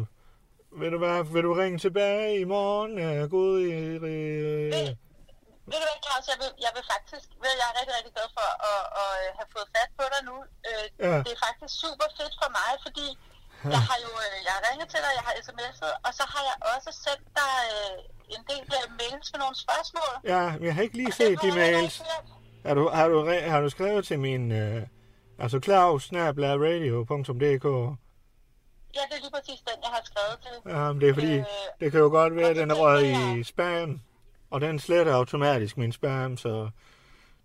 S2: vil du, hvad, vil du ringe tilbage i morgen? Øh, god i... Øh,
S11: Ved du hvad, Claus, jeg vil, jeg vil faktisk, ved, jeg er rigtig, rigtig glad for at, at, at have fået fat på dig nu. Øh,
S2: Ja.
S11: ja. Det er faktisk super fedt for mig, fordi jeg har jo, øh, jeg har ringet til dig, jeg har sms'et, og så har jeg også sendt dig øh, en del øh, mails med nogle spørgsmål.
S2: ja, men jeg har ikke lige set de mails. Har du, har du, re- har du skrevet til min... Øh, altså claus-radio.dk
S11: Ja, det er lige præcis den, jeg har skrevet til.
S2: Jamen, Øhm, det er
S9: Øh,
S2: fordi, det kan jo godt være, at den er røget i spam. Og den sletter automatisk min spam, så...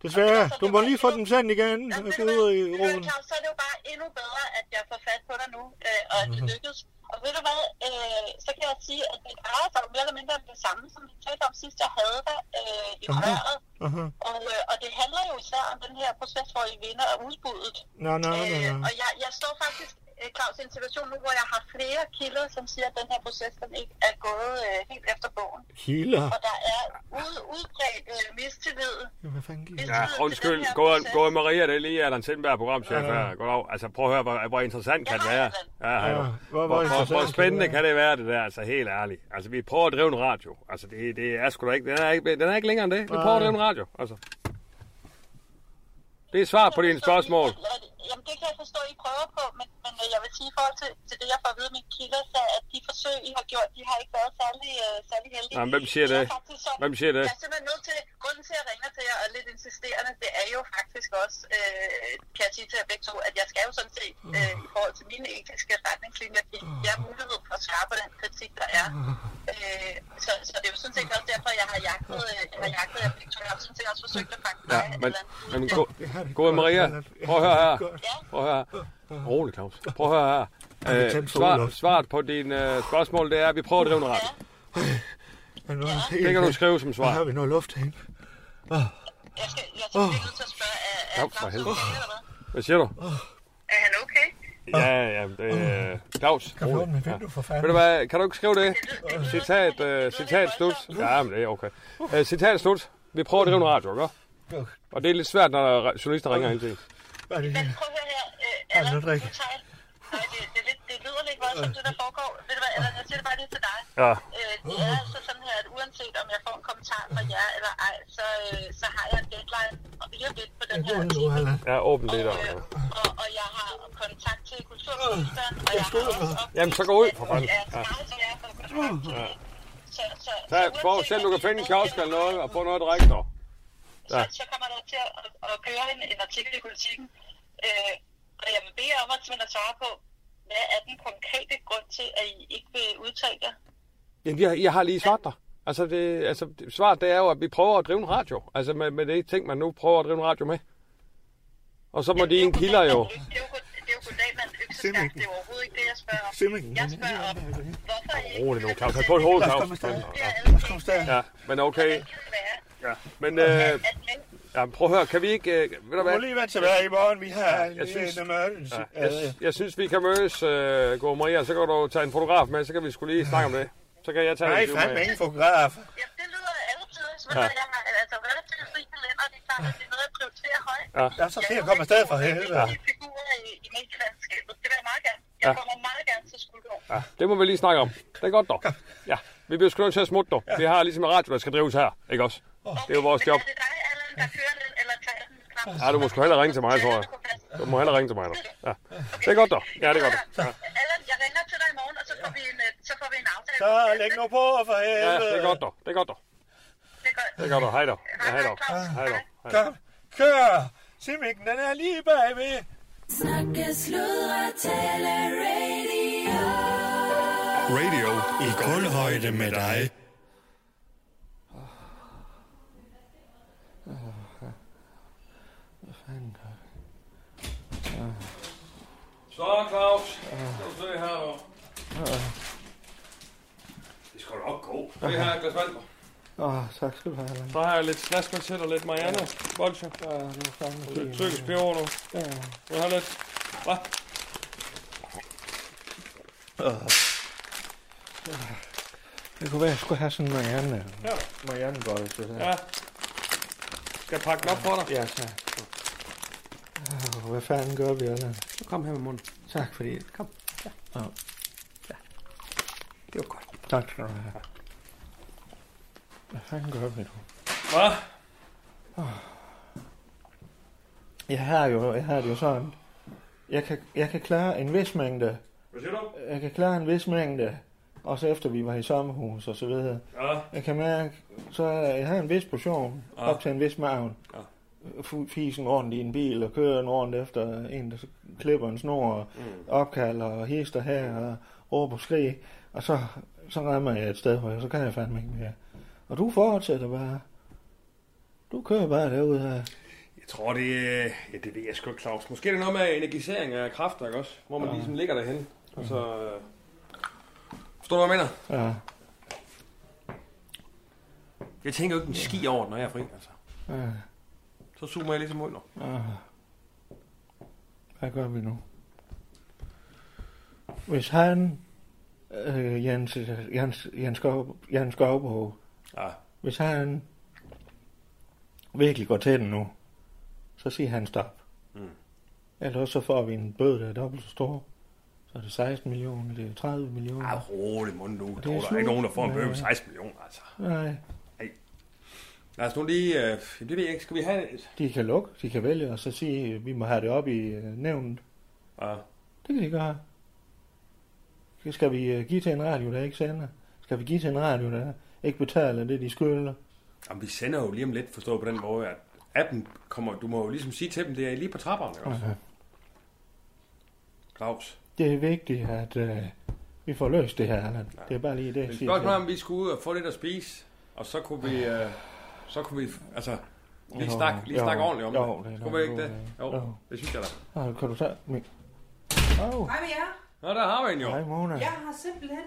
S2: Desværre, du må lige få den sendt igen. Jeg skal ud i roen.
S11: Claus, så er det jo bare endnu bedre, at jeg får fat på dig nu, øh, og at det
S2: Mhm.
S11: lykkedes. Og ved du hvad, øh, så kan jeg sige, at det drejer sig jo mere eller mindre om det samme, som vi talte om sidst, jeg havde dig øh, i
S2: Aha.
S11: røret.
S2: Aha.
S11: Og, øh, og det handler jo især om den her proces, hvor I vinder af udbuddet.
S2: Nå, nå, nå,
S11: Øh,
S2: nå.
S11: og jeg, jeg står faktisk, øh, Claus, i en situation nu, hvor jeg har flere kilder, som siger, at den her proces den ikke er gået øh, helt efter bogen.
S2: Kilder?
S11: Og der er ud, udbredt øh, mistillid.
S2: Hvad fanden gik
S9: Ja, undskyld. Gået, gået Maria, det er lige Allan Sindberg, programchef
S2: Ja.
S9: ja. her. Goddag. Altså, prøv at høre, hvor, hvor interessant kan det være. Ja, hej
S2: Ja,
S9: du.
S2: hvor- hvor
S9: Hvor, hvor, hvor,
S2: interessant kan det
S9: spændende
S2: være?
S9: kan det være, det der, altså helt ærligt. Altså, vi prøver at drive en radio. Altså, det, det er sgu da ikke, den er ikke, den er ikke længere end det. Vi prøver at drive en radio, altså. Det er svar på dine spørgsmål.
S11: Jamen, det kan jeg forstå, I prøver på, men, men øh, jeg vil sige i forhold til, til det, jeg får at vide af mine kilder, så at de forsøg, I har gjort, de har ikke været særlig, øh, særlig heldige.
S9: Jamen, hvem siger
S11: Jeg er
S9: det?
S11: faktisk sådan-
S9: Hvem siger det?
S11: Jeg er simpelthen nødt til, grunden til, at jeg ringer til jer og er lidt insisterende, det er jo faktisk også, øh, kan jeg sige til jer begge to, at jeg skal jo sådan set, øh, i forhold til mine etiske retningslinjer, give jer mulighed for at svare på den kritik, der er. Øh, så, så det er jo sådan set også derfor, jeg har jagtet, øh, jeg har jagtet jer begge to. Jeg har sådan set også forsøgt at fange
S9: Ja, men, men go, gode Maria, prøv at høre her. Prøv at høre her. Rolig, Claus. Prøv at høre her.
S2: Ja, det er
S9: Øh,
S2: tændt for
S9: svar,
S2: Olof.
S9: svaret på dine øh, spørgsmål, det er, at vi prøver at drive en radio.
S2: Men nu,
S9: Det kan du skrive som svar.
S2: Nu har vi noget luft herinde. Åh,
S11: Jeg skal, jeg
S2: åh,
S9: Ja, for helvede. Hvad siger du?
S11: Er han okay?
S9: Ja, ja, det er Claus.
S2: Kan vi
S9: rolig.
S2: åbne vinduet for fanden?
S9: Ved du hvad, kan du ikke skrive det? Citat, øh, citat slut. Ja, men det er okay. Øh, citat slut. Vi prøver at drive en radio, ikke?
S2: Okay.
S9: Og det er lidt svært, når re- journalister ringer hele tiden.
S2: hvad er det her?
S11: Prøv at høre her, øh,
S2: Er der noget drik?
S11: Nej, det, det, er lidt, det lyder lidt voldsomt, det der foregår. Ved du hvad, Allan, jeg siger det bare lige til dig.
S9: Ja.
S11: Øh, det er altså sådan her, at uanset om jeg får en kommentar fra jer eller ej, så, øh, så har jeg en deadline lige om lidt på den her artikel.
S9: Ja, åbn det der. ja.
S11: Og, og jeg har kontakt til kulturministeren, og jeg har også op
S9: Jamen, så gå ud for fanden.
S11: Ja,
S9: Ja.
S11: så jeg har kontakt til
S9: Ja.
S11: så, så,
S9: Så prøv selv, du kan finde en kiosk eller noget, og få noget at drikke der. Ja.
S11: så kommer der til at, at køre en, en artikel i politikken, øh, og jeg vil bede jer om at, simpelthen at svare på, hvad er den konkrete grund til, at I ikke vil udtale jer?
S9: Jamen, jeg, jeg har lige svaret dig. Altså, det, altså, det- svaret det er jo, at vi prøver at drive en radio. Altså, med, med det ting, man nu prøver at drive en radio med. Og så må de en kilder jo.
S11: Det er jo, god- det er jo goddag, man økseskaft. Det er overhovedet ikke det, jeg spørger om.
S2: Simmingen.
S11: Jeg spørger om, hvorfor I ikke
S9: Rolig nu, Claus. Pas på et hoved, Claus. Ja, men okay. Ja, men... Øh, ja, prøv at høre, kan vi ikke... Øh, ved du
S2: Du
S9: hvad?
S2: må lige være tilbage i morgen. Vi har
S9: jeg synes-
S2: en emergency.
S9: Ja,
S2: Ja,
S9: jeg, jeg synes, vi kan mødes, øh, gå Maria, så kan du tage en fotograf med, så kan vi skulle lige snakke om det. Så kan jeg tage
S2: Nej,
S9: en
S2: fandme ingen fotograf.
S11: Ja. Jeg har altså relativt fri kalender, det er klart, at det er noget, jeg prioriterer højt.
S9: Ja.
S2: Ja, så skal jeg komme afsted for helvede.
S11: Ja. Figurer i, i medielandskabet, det vil jeg meget gerne. Jeg
S9: Ja.
S11: kommer meget gerne til Skuldborg.
S9: Ja, det må vi lige snakke om. Det er godt dog. Ja, vi bliver sgu nødt til at smutte dog. Vi har ligesom en radio, der skal drives her, ikke også? Det er jo vores job. Ja, du må sgu hellere ringe til mig, tror jeg. Du må hellere ringe til mig, dog. Ja. Det er godt dog. Ja, det er godt dog. Ja.
S11: Allan, jeg ringer til dig i morgen, og så får vi en, øh, så får vi en aftale.
S2: Så læg nu på for
S9: ja,
S2: helvede.
S9: det er godt dog. Det er godt dog. Det er godt dog. Hej dog. Ja, hej dog. Hej dog. Hej dog.
S2: Kom, kør. Simmingen, den er lige bagved.
S14: Snakke, sludre, tale, radio.
S3: Radio i guldhøjde med dig.
S15: Så, Claus. Skal du se her, du.
S9: Det skal nok gå.
S15: Se her, et glas vand.
S2: Åh, oh, tak skal du have. Allan.
S9: Så har jeg lidt snaskvartet og lidt Mariana. Bolsje.
S2: Ja, det er fandme
S9: Ty- Tyrkisk peber nu.
S2: Ja.
S9: Vil du have lidt? Hvad?
S2: Det kunne være, jeg skulle have sådan en Marianne.
S9: Ja.
S2: Marianne godt.
S9: Ja. Skal jeg pakke den op for dig?
S2: Ja, tak. Oh, hvad fanden gør vi, Allan?
S9: Så kom her med munden.
S2: Tak fordi... Kom. Ja. ja.
S9: Det var godt.
S2: Tak skal du have. Hvad fanden gør vi nu?
S9: Hvad?
S2: Jeg har jo, jeg har det jo sådan. Jeg kan, jeg kan klare en vis mængde.
S9: Hvad siger du?
S2: Jeg kan klare en vis mængde. Også efter vi var i sommerhus og så videre.
S9: Ja.
S2: Jeg kan mærke, så jeg har en vis portion
S9: Ja.
S2: ja. op til en vis maven.
S9: Ja.
S2: Fu- Fisen rundt i en bil og kører den rundt efter en, der klipper en snor og
S9: Mm.
S2: opkalder og hister her og råber og skrig. Og så, så rammer jeg et sted, hvor jeg, så kan jeg fandme ikke mere. Og du fortsætter bare. Du kører bare derude her.
S9: Jeg tror, det er... Ja, det ved jeg sgu ikke, Claus. Måske er det noget med energisering af kræfter, ikke også? Hvor man
S2: Ja.
S9: ligesom ligger derhen. Og så... øh, Forstår du, hvad jeg mener?
S2: Ja.
S9: Jeg tænker jo ikke en ski over den, når jeg er fri, altså.
S2: ja.
S9: Så zoomer jeg ligesom ud nu.
S2: Ah. Hvad gør vi nu? Hvis han, øh, Jens, Jens, Jens, Skov, Jens Skovbo,
S9: ja.
S2: hvis han virkelig går til den nu, så siger han stop.
S9: Mm.
S2: Ellers så får vi en bøde, der er dobbelt så stor. Så er det 16 millioner, det er 30 millioner.
S9: Ej, rolig mund nu.
S2: er
S9: Der er
S2: slut.
S9: ikke nogen, der får en bøde
S2: Ja.
S9: på 16 millioner, altså.
S2: Nej,
S9: Lad os nu lige... Øh, jamen, det ved jeg ikke. Skal vi have et...
S2: de kan lukke, de kan vælge, og så sige, at vi må have det op i øh, nævnet.
S9: Ja.
S2: Det kan de gøre. Skal vi øh, give til en radio, der ikke sender? Skal vi give til en radio, der ikke betaler det, de skylder?
S9: Jamen, vi sender jo lige om lidt, forstået på den måde, at appen kommer... Du må jo ligesom sige til dem, det er lige på trapperne, ikke også?
S2: Okay.
S9: Claus.
S2: Det er vigtigt, at øh, vi får løst det her, Allan. Det er bare lige det, jeg
S9: Men
S2: siger. til
S9: spørgsmålet er,
S2: dig.
S9: om vi skulle ud og få lidt at spise, og så kunne vi... Øh, så kunne vi... Altså, lige
S2: Jo,
S9: snakke, lige
S2: jo,
S9: snakke ordentligt om
S2: jo,
S9: det.
S2: det er
S9: Skulle vi ikke
S2: nok
S9: det? øh, Jo, det synes jeg da.
S2: Ah, Kan du tage min... Oh.
S11: Hej med jer.
S9: Nå, der har vi en jo.
S2: Hej, Mona.
S11: Jeg har simpelthen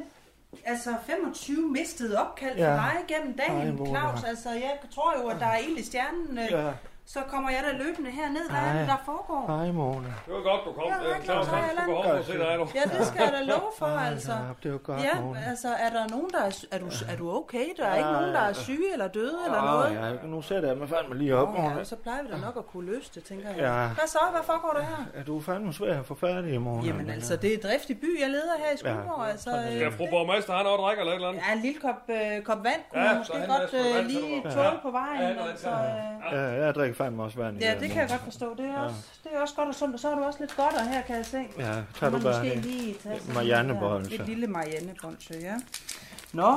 S11: altså 25 mistede opkald
S2: Ja.
S11: fra dig gennem
S2: Hej,
S11: dagen,
S2: Mona.
S11: Claus. Altså, jeg tror jo, at der er ild i stjernen. øh,
S2: Ja.
S11: Så kommer jeg da løbende herned. Hvad er
S2: Hej.
S11: det, der foregår?
S2: Hej, Mona.
S9: Det var godt, du kom.
S11: Ja, hej,
S9: Øh, Claus,
S11: hej,
S9: han skulle
S11: Allan.
S9: gå over og se dig, du.
S11: Ja, det skal jeg da love for,
S2: Hold da
S11: altså.
S2: op, det var godt,
S11: Ja,
S2: Mona.
S11: altså, er der nogen, der er, sy- er, du, er du okay? Der er ikke
S2: Ja,
S11: nogen, der er
S2: ja.
S11: syge eller døde eller
S2: Åh,
S11: noget?
S2: ja, nu sætter jeg mig fandme lige op,
S11: Åh,
S2: Mona.
S11: ja, altså. så plejer vi da nok at kunne løse det, tænker jeg.
S2: Ja.
S11: Hvad så? Hvad foregår der her?
S2: Er du fandme svær at få færdig, Mona?
S11: Jamen altså, det er driftig by, jeg leder her i Skuldborg.
S2: Ja.
S11: Altså, øh,
S9: Skal fru Borgmester have noget at drikke eller et eller andet?
S11: Ja, en lille kop, øh, kop vand kunne
S9: Ja,
S11: ja, man
S9: så
S11: måske
S9: han
S11: godt
S9: er sgu
S11: øh,
S9: vant til
S11: lige
S9: det,
S11: tåle
S9: ja.
S11: på vejen.
S9: Ja,
S11: Ja,
S9: det er
S11: altså,
S9: rigtigt.
S11: øh,
S2: Ja, jeg drikker fandme også vand. i
S11: ja,
S2: dag,
S11: det kan jeg
S2: Mona.
S11: godt forstå. Det er, også, det er også godt og sundt, og så har du også lidt godt her, kan jeg se.
S2: Ja,
S11: Så
S2: tag
S11: må
S2: du
S11: man
S2: bare
S11: måske
S2: det.
S11: lige tage sådan
S2: Mariannebolle,
S11: et der-
S2: så.
S11: Et lille mariannebolsje, ja. Nå,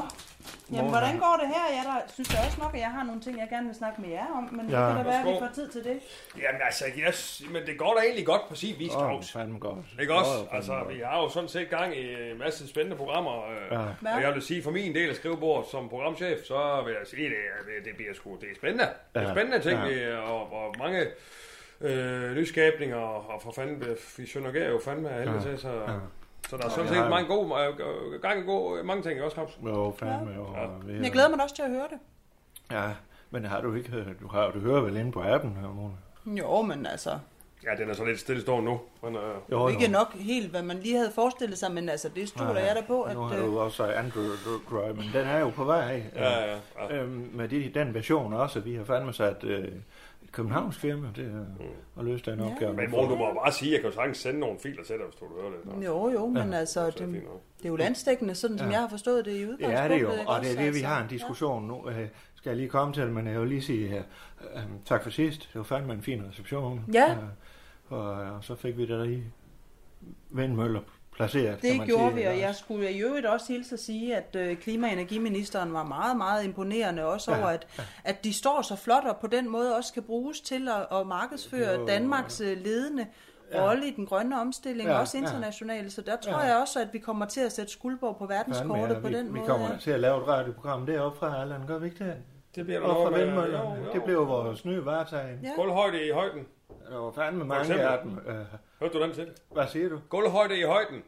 S11: Jamen, hvordan går det her? Jeg der, synes da også nok, at jeg har nogle ting, jeg gerne vil snakke med jer om, men ja.
S9: Ja.
S11: det kan da være, at vi
S9: Værsgo.
S11: får tid til det.
S9: Jamen altså, jeg, s- men det går da egentlig godt på sin vis,
S2: Åh,
S9: Claus.
S2: fandme godt.
S9: Ikke også?
S2: Åh, fandme
S9: altså,
S2: godt.
S9: vi har jo sådan set gang i en masse spændende programmer. Øh,
S2: Ja.
S9: ja. Og jeg vil sige, for min del af skrivebordet som programchef, så vil jeg sige, det, er- det bliver sgu, det er spændende. Det er
S2: Ja.
S9: spændende ting,
S2: Ja.
S9: ja. og, og mange øh, nyskabninger, og for fanden, øh, vi søndergager jo fandme af helvede
S2: Ja.
S9: til, så,
S2: Ja.
S9: så der er
S2: Ja,
S9: sådan
S2: vi har
S9: set
S2: jo-
S9: mange gode, øh, øh, gang i gode, mange ting, ikke også, Claus?
S2: Jo, fandme. Jo.
S11: Men jeg glæder mig da også til at høre det.
S2: Ja, men har du ikke hørt? Du, har, du hører vel inde på appen her, Mona?
S11: Jo, men altså,
S9: Ja, den er så lidt stillestående nu. Men, øh,
S2: Jo, jo.
S11: ikke nok helt, hvad man lige havde forestillet sig, men altså, det stoler jeg der på, at...
S2: Nu har
S11: øh,
S2: du også Android, men den er jo på vej.
S9: Ja, Altså, ja, ja.
S2: Øhm, med de, den version også, vi har fandme sat øh, et københavnsk firma til at, at løse den opgave.
S9: Mm. Men Morten, du må bare sige, jeg kan jo sagtens sende nogle filer til dig, hvis du hører det.
S11: Jo, jo, men
S2: Ja.
S11: altså, det, det er jo landstækkende, sådan som
S2: Ja.
S11: jeg har forstået det i
S2: Ja,
S11: udgangspunktet.
S2: det er det jo,
S11: ikke
S2: og det er
S11: også?
S2: det, vi
S11: Altså,
S2: har en diskussion nu. Øh, skal jeg lige komme til det, men jeg vil lige sige øh, øh, tak for sidst. Det var fandme en fin reception.
S11: Ja.
S2: Øh, og, og så fik vi det der i vindmøller placeret, kan
S11: Det
S2: man
S11: gjorde
S2: sige,
S11: vi, og
S2: ikke
S11: jeg skulle i øvrigt også hilse at sige, at øh, klima- og energiministeren var meget, meget imponerende, også
S2: Ja,
S11: over, at, at de står så flot, og på den måde også kan bruges til at, at markedsføre
S16: Jo.
S11: Danmarks øh, ledende
S16: Ja.
S11: rolle i den grønne omstilling,
S2: Ja,
S11: også
S2: ja.
S11: internationalt. Så der tror
S2: Ja.
S11: jeg også, at vi kommer til at sætte Skuldborg på
S2: Fandme,
S11: verdenskortet
S2: ja,
S11: på
S2: vi,
S11: den
S2: vi
S11: måde.
S2: kommer
S11: ja.
S2: da til at lave et radioprogram deroppe fra Allan, gør vi ikke det?
S9: Det bliver der
S2: Og
S9: noget
S2: fra
S9: med-
S2: vindmøllerne.
S9: øh, jo, jo.
S2: Det blev vores nye varetag.
S11: Ja.
S9: Gulvhøjde i højden.
S2: Der var fandme
S9: For
S2: mange
S9: eksempel.
S2: af dem. Øh,
S9: Hørte du den til?
S2: Hvad siger du?
S9: Gulvhøjde i højden.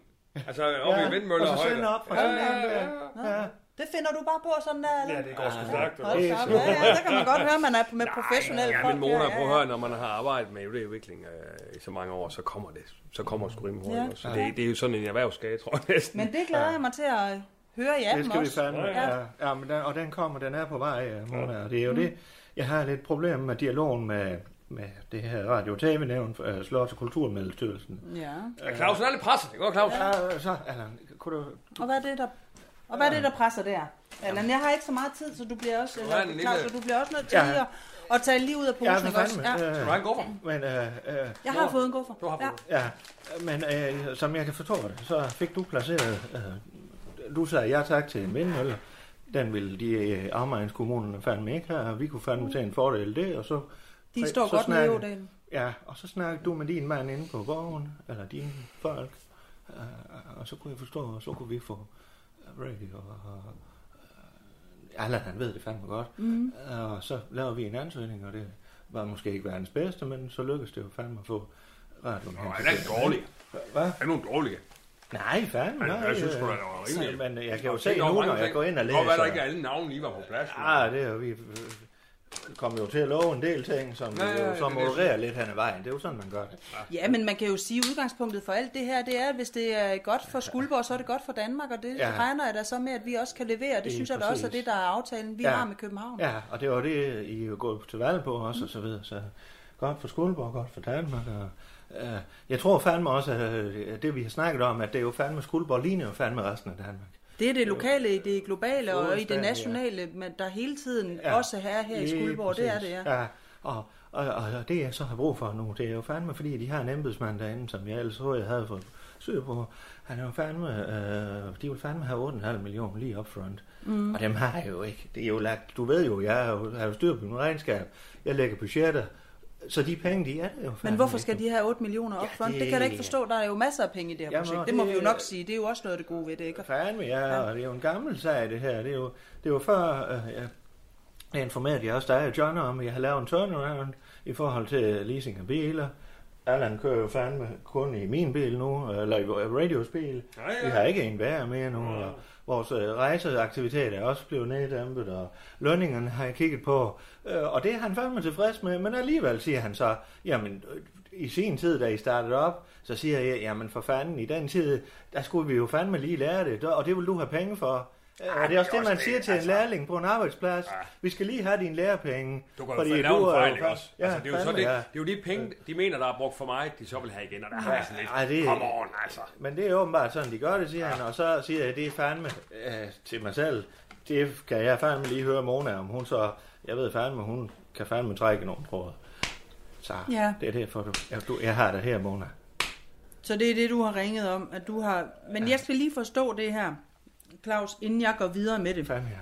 S9: Altså oppe i vindmøller
S2: og så
S9: højde.
S2: sende op øh. fra
S9: ja,
S2: ja,
S9: ja, ja.
S2: ja, ja.
S11: Det finder du bare på sådan der, eller?
S9: Ja, det går sgu stærkt.
S11: Hold da op. Ja, ja, der kan man godt høre, at man er med professionelle
S9: Ja,
S11: folk.
S9: men Mona,
S11: her,
S9: prøv at høre, når man har arbejdet med udvikling øh, i så mange år, så kommer det. Så kommer det sgu rimelig hurtigt.
S11: Ja.
S9: også. Så
S11: Ja.
S9: det, det, er jo sådan en erhvervsskade, tror jeg næsten.
S11: Men det glæder jeg mig til at høre i
S2: det
S11: appen
S2: skal vi
S11: også.
S2: fandme. Ja. Ja. ja men den, og den kommer, den er på vej, øh, Mona. Og det er jo mm. det, jeg har lidt problem med dialogen med, med det her radio- og tv-nævn, øh, Slot- og Kulturmiddelstyrelsen.
S11: Ja.
S9: Ja, Clausen er lidt presset. Det går, Claus.
S2: Ja, så, Allan, kunne du...
S11: Og hvad er det, der, og hvad er det, der presser der? Allan, jeg har ikke så meget tid, så du bliver også,
S2: er den
S11: eller,
S2: lille-
S11: Claus, så du bliver også nødt til
S2: Ja.
S11: lige at, at tage lige ud af posen. ikke også?
S2: Men, øh, øh,
S11: Jeg har fået en guffer. Du
S9: har
S11: ja.
S2: Ja, men øh, som jeg kan forstå det, så fik du placeret... Øh, du sagde ja tak til en vindmølle. Den ville de øh, afmegnskommunerne fandme ikke have, og vi kunne fandme tage en fordel det, og så...
S11: De står
S2: så
S11: godt med
S2: snakkede-
S11: Ådalen.
S2: Ja, og så snakkede du med din mand inde på borgen, eller dine folk, øh, og så kunne jeg forstå, og så kunne vi få radio og... Øh, Allan, han ved det fandme godt. Øh,
S17: Mhm.
S2: Og så lavede vi en ansøgning, og det var måske ikke verdens bedste, men så lykkedes det jo fandme at få radioen
S9: Nå, han er ikke dårlig.
S2: Hvad? Han
S9: er nogen dårlige.
S2: Nej, fandme.
S9: Men
S2: nej,
S9: jeg synes sgu da,
S2: øh,
S9: det var rimeligt.
S2: Men øh, jeg kan jo
S9: Og
S2: se
S9: tænker
S2: nu,
S9: over mange
S2: når jeg
S9: ting.
S2: går ind og
S9: Det
S2: læser.
S9: kan godt være, der ikke er alle navne lige var på plads, men-
S2: Ah, det er jo- vi øh, kom jo til at love en del ting, som
S11: Ja,
S2: ja,
S11: ja,
S2: ja,
S11: ja,
S2: jo, så
S11: det er det.
S2: modererer lidt hen ad vejen. Det er jo sådan, man gør det.
S11: Ja, men man kan jo sige, at udgangspunktet for alt det her, det er, at hvis det er godt for Skuldborg, så er det godt for Danmark, og det
S2: Ja.
S11: ja. regner jeg da så med, at vi også kan levere. Det
S2: Lige
S11: synes jeg da også er
S2: præcis.
S11: det, der er aftalen, vi
S2: Ja.
S11: ja. har med København.
S2: Ja, og det var det, I jo gået til valg på også, og så videre. Så godt for Skuldborg, godt for Danmark. Og, øh, jeg tror fandme også, at øh, det vi har snakket om, at det er jo fandme Skuldborg ligner jo fandme resten af Danmark.
S11: Det er det lokale, i det globale og i det
S2: Fuldstændig, ja.
S11: nationale, men der hele tiden også her her i
S2: Lige
S11: Skuldborg, det er det, ja.
S2: ja. Og, og, og, og det jeg så har brug for nu, det er jo fandme, fordi de har en embedsmand derinde, som jeg ellers så, jeg havde fået søg på. Han er jo fandme, øh, de vil fandme have 8,5 millioner lige up front.
S17: Mhm.
S2: Mm. Og dem har jeg jo ikke. Det er jo lagt, du ved jo, jeg har jo, har jo styr på min regnskab. Jeg lægger budgetter. Så de penge, de er der jo
S11: Men
S2: fandme
S11: hvorfor
S2: ikke.
S11: skal de have 8 millioner op ja, det,
S2: det-
S11: det kan jeg da ikke forstå. Der er jo masser af penge i det her
S2: Jamen,
S11: projekt.
S2: og
S11: Det må
S2: det-
S11: vi jo nok sige. Det er jo også noget af det gode ved det, ikke?
S2: Fandme, ja, ja, og det er jo en gammel sag, det her. Det er jo, det er jo før, øh, ja, jeg informerede jeg også dig og John om, at jeg har lavet en turnaround i forhold til leasing af biler. Allan kører jo fandme kun i min bil nu, eller i Radios bil.
S17: Ja, ja.
S2: Vi har ikke en værre mere nu, og vores øh, rejseaktivitet er også blevet neddæmpet, og lønningerne har jeg kigget på. Øh, Og det er han fandme tilfreds med, men alligevel siger han så, jamen øh, i sin tid, da I startede op, så siger jeg, jamen for fanden, i den tid, der skulle vi jo fandme lige lære det, og det vil du have penge for. Ja, det er også det, man siger til en
S9: altså.
S2: lærling på en arbejdsplads. Vi skal lige have dine lærepenge.
S9: Du kan
S2: fordi
S9: jo lave en
S2: er
S9: fejl,
S2: jo
S9: ikke
S2: fa-
S9: også?
S2: Ja,
S9: altså, det, er jo så
S2: fandme,
S9: det, det
S2: ja.
S9: er jo de penge, de mener, der er brugt for mig, de så vil have igen, og der har jeg sådan lidt,
S2: Ej, det-
S9: come on, altså.
S2: Men det er åbenbart sådan, de gør det, siger han, og så siger jeg, det er fandme øh, til mig selv. Det kan jeg fandme lige høre Mona, om hun så, jeg ved fandme, hun kan fandme trække nogle tråder. Så
S11: Ja.
S2: det er derfor, du, jeg, du, jeg har det her, Mona.
S11: Så det er det, du har ringet om, at du har... Men jeg skal lige forstå det her, Claus, inden jeg går videre med det.
S2: Fandme, ja.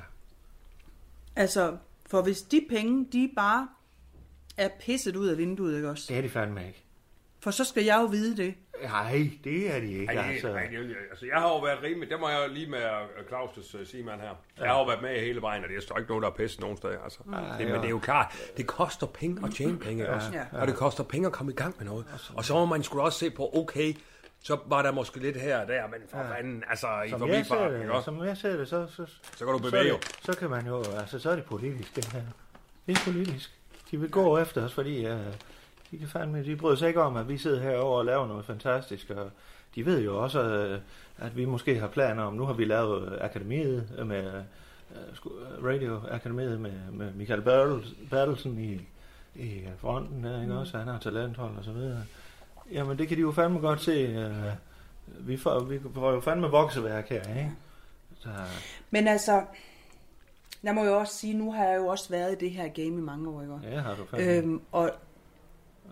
S11: Altså, for hvis de penge, de bare er pisset ud af vinduet, ikke også?
S2: Det er de fandme ikke.
S11: For så skal jeg jo vide det.
S2: Nej, det er de ikke,
S9: Ej, det,
S2: altså.
S9: ej, det, altså, jeg har jo været rimelig, det må jeg jo lige med øh, Claus' øh, Simon her. Jeg har jo været med hele vejen, og det er jo ikke noget, der er pisse nogen steder. Altså.
S18: Ej,
S9: det, men
S18: ja.
S9: det er jo klart, det koster penge at tjene penge,
S18: Ja,
S9: ja, også?
S18: ja.
S9: Ja. og det koster penge at komme i gang med noget. Og så må man skulle også se på, okay, så var der måske lidt her og der, men for
S2: Ja.
S9: fanden, altså i
S2: Som jeg, ser
S9: forbifarten, ikke
S2: det,
S9: også?
S2: som jeg ser det, så... Så,
S9: Så kan du
S2: så
S9: bevæge
S2: er det-
S9: jo.
S2: Så kan man jo... Altså, så er det politisk, det her. Det er politisk. De vil gå efter os, fordi... Øh, de, kan fandme, de bryder sig ikke om, at vi sidder herovre og laver noget fantastisk, og de ved jo også, øh, at vi måske har planer om... Nu har vi lavet øh, akademiet øh, med... øh, sku- øh, Radioakademiet med, med Michael Bertel- Bertelsen i, i øh, fronten der, ikke
S17: Mm.
S2: også? Han har talenthold og så videre. Jamen, det kan de jo fandme godt se. øh, Vi får, vi får jo fandme vokseværk her, ikke? Så,
S11: Men altså, jeg må jo også sige, nu har jeg jo også været i det her game i mange år, ikke? også?
S2: Ja, har du fandme.
S11: øhm, og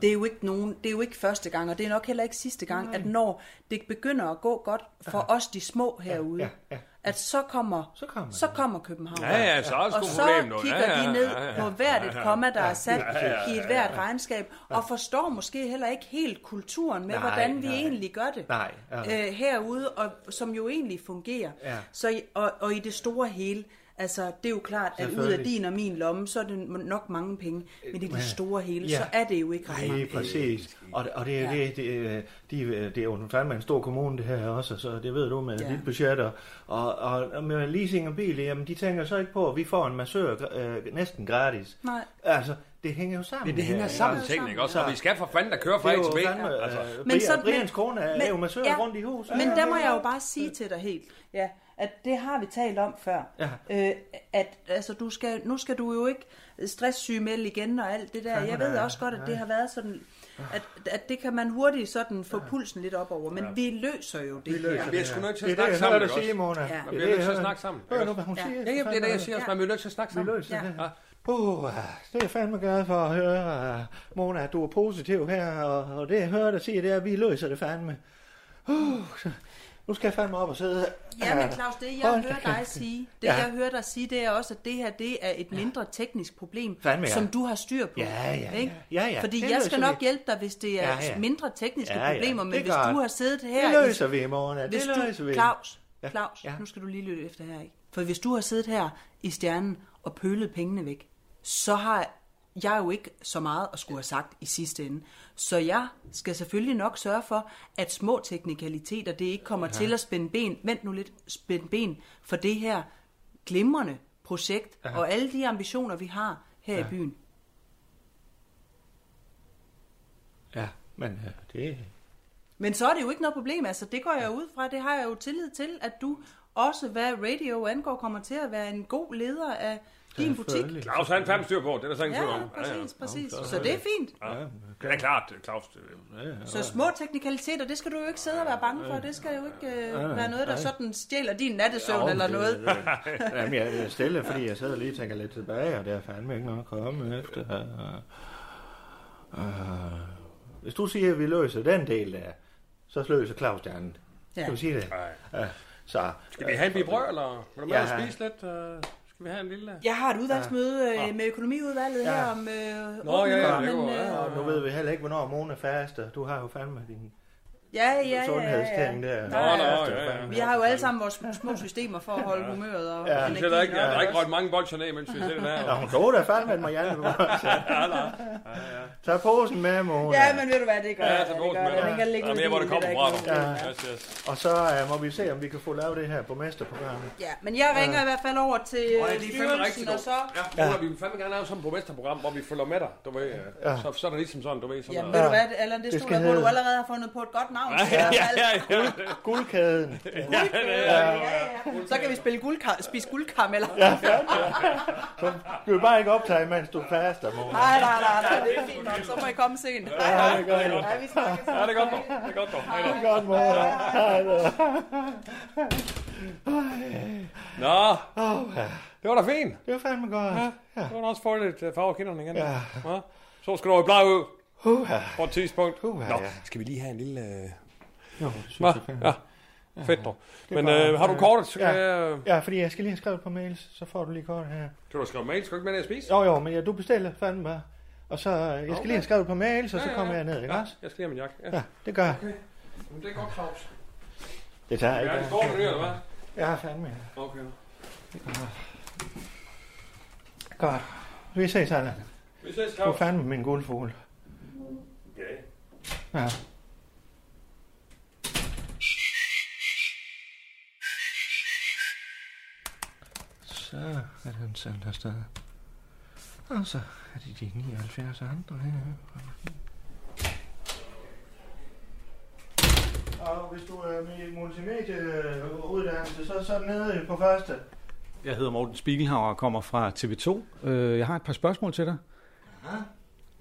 S11: det er, jo ikke nogen, det er jo ikke første gang, og det er nok heller ikke sidste gang,
S2: Nej.
S11: Nej. at når det begynder at gå godt for os de små herude,
S9: ja,
S11: ja. at så kommer,
S2: så kommer,
S11: så kommer København.
S9: Ja, ja, så er der
S11: og
S9: sgu
S11: så
S9: problem nu.
S11: kigger
S9: Ja, ja,
S11: de ned
S9: ja, ja.
S11: på hvert
S9: Ja,
S11: et
S9: ja.
S11: komma, der er sat
S9: Ja, ja, ja,
S11: i et
S9: ja,
S11: hvert
S9: ja.
S11: regnskab, og forstår måske heller ikke helt kulturen med,
S2: Nej,
S11: hvordan vi
S2: nej.
S11: egentlig gør det
S2: Nej, ja.
S11: øh, herude, og som jo egentlig fungerer.
S2: Ja.
S11: Så, i- og, og i det store hele,
S12: Altså, det er jo klart, at ud af
S2: Selvfølgelig.
S12: din og min lomme, så er det nok mange penge. Men i det
S2: Men-
S12: store hele,
S2: Ja.
S12: så er det jo ikke ret mange
S2: Nej,
S12: penge.
S2: præcis. Og, og det, er
S12: Ja.
S2: det, det, er- de, er- det er jo fandme en stor kommune, det her også, så det ved du med
S12: Ja.
S2: ja. dit budget. Og, og, og med leasing og bil, jamen, de tænker så ikke på, at vi får en massør øh, næsten gratis.
S12: Nej.
S2: Altså, det hænger jo sammen.
S9: Men det hænger
S2: her,
S9: sammen,
S2: ikke?
S9: tingene, ikke også? Og vi skal for fanden da køre fra
S2: Det er
S9: A til
S2: jo
S9: B.
S2: fandme,
S9: Altså.
S2: øh, Men så- Brians kone er jo massør rundt i huset.
S12: Men
S2: Ja,
S12: der
S2: ja,
S12: må
S2: ja.
S12: jeg jo bare sige til dig helt, ja, at det har vi talt om før.
S2: Ja.
S12: Øh, at altså, du skal, nu skal du jo ikke stresssygemelde igen og alt det der.
S19: Fandme
S12: Jeg
S19: da,
S12: ved
S19: ja.
S12: også godt, at
S19: Nej.
S12: det har været sådan, at, at det kan man hurtigt sådan få pulsen lidt op over. Men
S9: Ja.
S12: vi løser jo det
S9: Vi løser
S12: her.
S9: det. Vi er sgu nødt til at Det er snakke det, jeg sammen, hører dig ikke sige, også? Mona. Ja. Man bliver nødt til at snakke sammen, ikke Hør nu, også? hvad hun siger, Ja, jamen, det er det, jeg siger også. Man bliver nødt til at snakke sammen.
S2: Ja. Puh, det er jeg fandme glad for at høre, øh, Mona, at du er positiv her, og, og det jeg hører dig sige, det er, at vi løser det fandme. Uh, så- nu skal jeg fandme op og sidde.
S12: Ja, men Claus, det jeg
S2: Hold da
S12: hører dig
S2: kæft.
S12: sige, det
S2: Ja.
S12: jeg hører dig sige, det er også, at det her, det er et mindre teknisk problem,
S2: Fandme, ja.
S12: som du har styr på.
S2: Ja, ja, ja.
S12: ikke?
S2: Ja, ja.
S12: Fordi
S2: Det
S12: jeg
S2: løser
S12: skal
S2: vi.
S12: nok hjælpe dig, hvis det er
S2: Ja, ja.
S12: mindre tekniske
S2: Ja, ja.
S12: problemer, men
S2: Det er
S12: hvis
S2: godt.
S12: du har siddet
S2: Det
S12: her... i-
S2: løser vi i morgen, ja. Det
S12: Hvis du,
S2: løser vi.
S12: Claus,
S2: Ja.
S12: Claus, nu skal du lige lytte efter her, ikke? For hvis du har siddet her i stjernen og pølet pengene væk, så har jeg jo ikke så meget at skulle have sagt i sidste ende. Så jeg skal selvfølgelig nok sørge for, at små teknikaliteter, det ikke kommer
S19: Ja.
S12: til at spænde ben, vent nu lidt, spænde ben for det her glimrende projekt
S19: Ja.
S12: og alle de ambitioner, vi har her
S2: Ja.
S12: i byen.
S2: Ja, men øh, det...
S12: Men så er det jo ikke noget problem, altså det går jeg ud fra, det har jeg jo tillid til, at du også, hvad radio angår, kommer til at være en god leder af din butik.
S9: Claus, han er fandme styr på. Det er der så ingen
S12: Ja,
S9: tvivl om.
S12: præcis, præcis. Så det er fint.
S9: Ja, det er klart, øh, Claus. Det,
S12: Så små teknikaliteter, det skal du jo ikke sidde og være bange for, det skal jo ikke øh,
S2: Nej,
S12: være noget, der
S2: nej.
S12: sådan stjæler din nattesøvn eller noget.
S2: Jamen, jeg er stille, fordi jeg sidder lige og tænker lidt tilbage, og der er fandme ikke noget at komme efter. Øh, hvis du siger, at vi løser den del der, så løser Claus det andet.
S9: Ja.
S2: Skal vi sige det? Ja. Så, øh,
S9: Skal vi have en bibrør, eller vil du med
S2: Ja.
S9: at spise lidt? øh? Skal vi have en lille...
S12: Jeg har et udvalgsmøde
S9: Ja.
S12: øh, med økonomiudvalget
S9: Ja.
S12: her om øh,
S9: Nå,
S12: otte
S9: ja, ja,
S12: minutter,
S9: det går,
S12: men, øh,
S9: ja.
S2: Og nu ved vi heller ikke, hvornår Mona faster. Du har jo fandme din
S12: Ja, ja, ja.
S2: sundhedsting
S12: ja, ja.
S2: der.
S12: Nå, nå,
S9: ja, ja.
S12: Vi har jo alle sammen vores små systemer for at holde humøret og
S9: Ja,
S12: energien
S9: det er der ikke,
S12: op,
S9: ja, der er ikke
S12: også?
S9: røget mange bolcher ned, mens vi sidder der.
S2: Ja, hun tog da fandme en Marianne.
S9: ja, nej.
S2: Tag posen med, Mona.
S12: Ja, men ved du hvad, det gør
S9: Ja,
S12: jeg,
S9: tag
S12: det
S9: posen
S12: gør
S9: med.
S12: jeg. Den kan ligge
S9: Der er
S12: ude
S9: mere,
S12: i
S9: hvor det
S12: bilen,
S9: kommer
S12: der
S9: fra,
S12: er ikke noget
S9: du.
S12: problem.
S9: Yes, yes.
S2: Og så øh, må vi se, om vi kan få lavet det her på mesterprogrammet.
S12: Ja, men jeg ringer
S2: Ja.
S12: i hvert fald over til
S9: Åh,
S12: øh,
S9: det er fandme rigtig
S12: styrelsen, og
S9: godt.
S12: så...
S9: Ja, Mona, vi vil fandme gerne lave sådan et borgmesterprogram, hvor vi følger med dig. Du ved, øh,
S2: Ja.
S9: så, så er der ligesom sådan, du ved. Sådan
S12: Jamen, ved
S9: noget.
S12: du hvad, Allan, det,
S9: Det
S12: det stod
S9: skal
S12: der, hvor du
S9: hedde-
S12: allerede har fundet på et godt navn. til i
S9: Ja,
S12: hvert fald.
S9: ja, ja.
S2: Guldkæden.
S12: Så kan vi spille guldkar, spise guldkarameller.
S2: Ja, Du kan bare ikke optage, mens du faster, Mona.
S12: Nej, nej, nej, nej, det er fint nok. Så må I komme sent. Hej,
S2: Ja,
S12: hej.
S2: det gør jeg.
S12: Ja, vi snakkes.
S9: Ja, det er godt, dog. Det er godt, dog. Hej,
S2: Det er godt, Mona. Hej, da.
S9: Nå, det var da fint.
S2: Det var fandme godt.
S9: Ja, det var da også for lidt øh, farve af kinderne igen.
S20: Ja.
S9: Ja. Så skal du over i bleg ud.
S2: Uha.
S9: På et tidspunkt.
S2: Uha,
S9: Nå,
S20: ja.
S9: skal vi lige have en lille... øh,
S2: Jo,
S9: Hva? Ja. Fedt dog.
S2: Det er
S9: Men
S2: bare-
S9: øh, har du kortet, så
S2: ja.
S9: kan jeg...
S2: Ja, fordi jeg skal lige have skrevet på mails, så får du lige kortet her.
S9: Kan du skrive mail? Skal du ikke med ned og spise?
S2: Jo, jo, men ja, du bestiller fandme bare. Og så, øh, jeg skal lige have skrevet på mails, og så kommer jeg ned, ikke
S9: ja,
S2: også?
S9: Jeg skal lige have min jakke.
S2: Ja, det gør jeg.
S9: Okay. Jamen, det er godt, Claus.
S2: Det tager ikke.
S9: Ja, det står der nede, eller hvad?
S2: Ja, fandme. ja.
S9: Okay.
S2: Godt. Vi ses, Anna.
S9: Vi ses,
S2: Du er
S9: Claus.
S2: fandme min guldfugl.
S9: Ja.
S2: Ja. Så er den sendt afsted. Og så er det de 79 andre her. Og hvis du er med multimedieuddannelse, så, så er den nede på første.
S21: Jeg hedder Morten Spiegelhauer og kommer fra TV2. Øh, Jeg har et par spørgsmål til dig.
S2: Ja,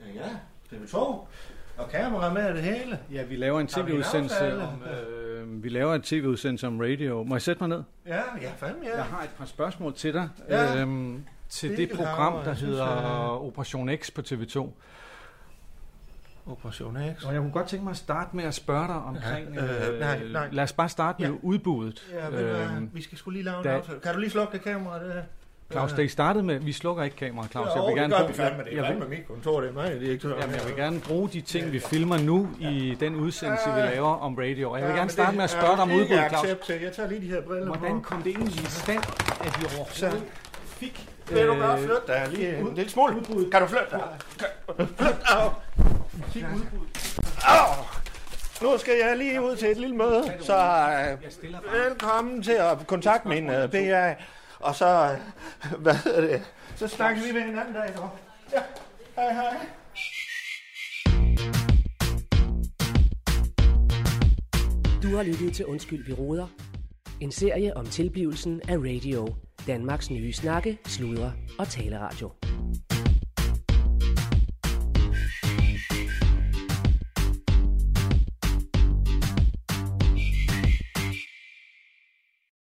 S2: ja, ja. TV2. Og kamera med og det hele.
S21: Ja, vi laver en
S2: Har vi en
S21: tv-udsendelse
S2: aftale?
S21: om, øh, vi laver en tv-udsendelse om radio. Må jeg sætte mig ned?
S2: Ja, ja, fandme ja.
S21: Jeg har et par spørgsmål til dig.
S2: Ja.
S21: Øhm, til det
S2: Spiegelhauer,
S21: program, der
S2: jeg synes,
S21: hedder
S2: jeg-
S21: Operation X på TV2.
S2: Operation X.
S21: Og jeg kunne godt tænke mig at starte med at spørge dig omkring...
S2: Ja, øh, nej, nej.
S21: Lad os bare starte med
S2: Ja.
S21: udbuddet.
S2: Ja, ved du hvad,
S21: Øhm,
S2: vi skal sgu lige lave en
S21: da-
S2: aftale. Kan du lige slukke det kamera, det her?
S9: Claus, det I startede med, vi slukker ikke kameraet, Claus.
S2: Jo,
S9: jeg vil
S2: det
S9: gerne
S2: gør
S9: bruge,
S2: vi fandme. Det er
S9: jeg,
S2: fandme mit kontor, det er mig, direktør.
S9: Jamen, jeg vil gerne bruge de ting, vi filmer nu i den udsendelse, vi laver om radio. Og jeg vil gerne starte med at spørge dig om udbuddet, Claus.
S2: Claus. Jeg tager lige de her briller
S9: Hvordan kom det egentlig i stand, at vi overhovedet fik...
S2: Vil du bare flytte dig øh, lige en lille smule? Kan du flytte dig? Kan- Flyt dig! Au! Nu skal jeg lige ud til et lille møde, så øh, velkommen til at kontakte min øh, BA. Og så, øh, hvad hedder det? Så snakker vi med hinanden der i går. Ja, hej hej.
S12: Du har lyttet til Undskyld, vi råder. En serie om tilblivelsen af radio. Danmarks nye snakke, sludre og taleradio.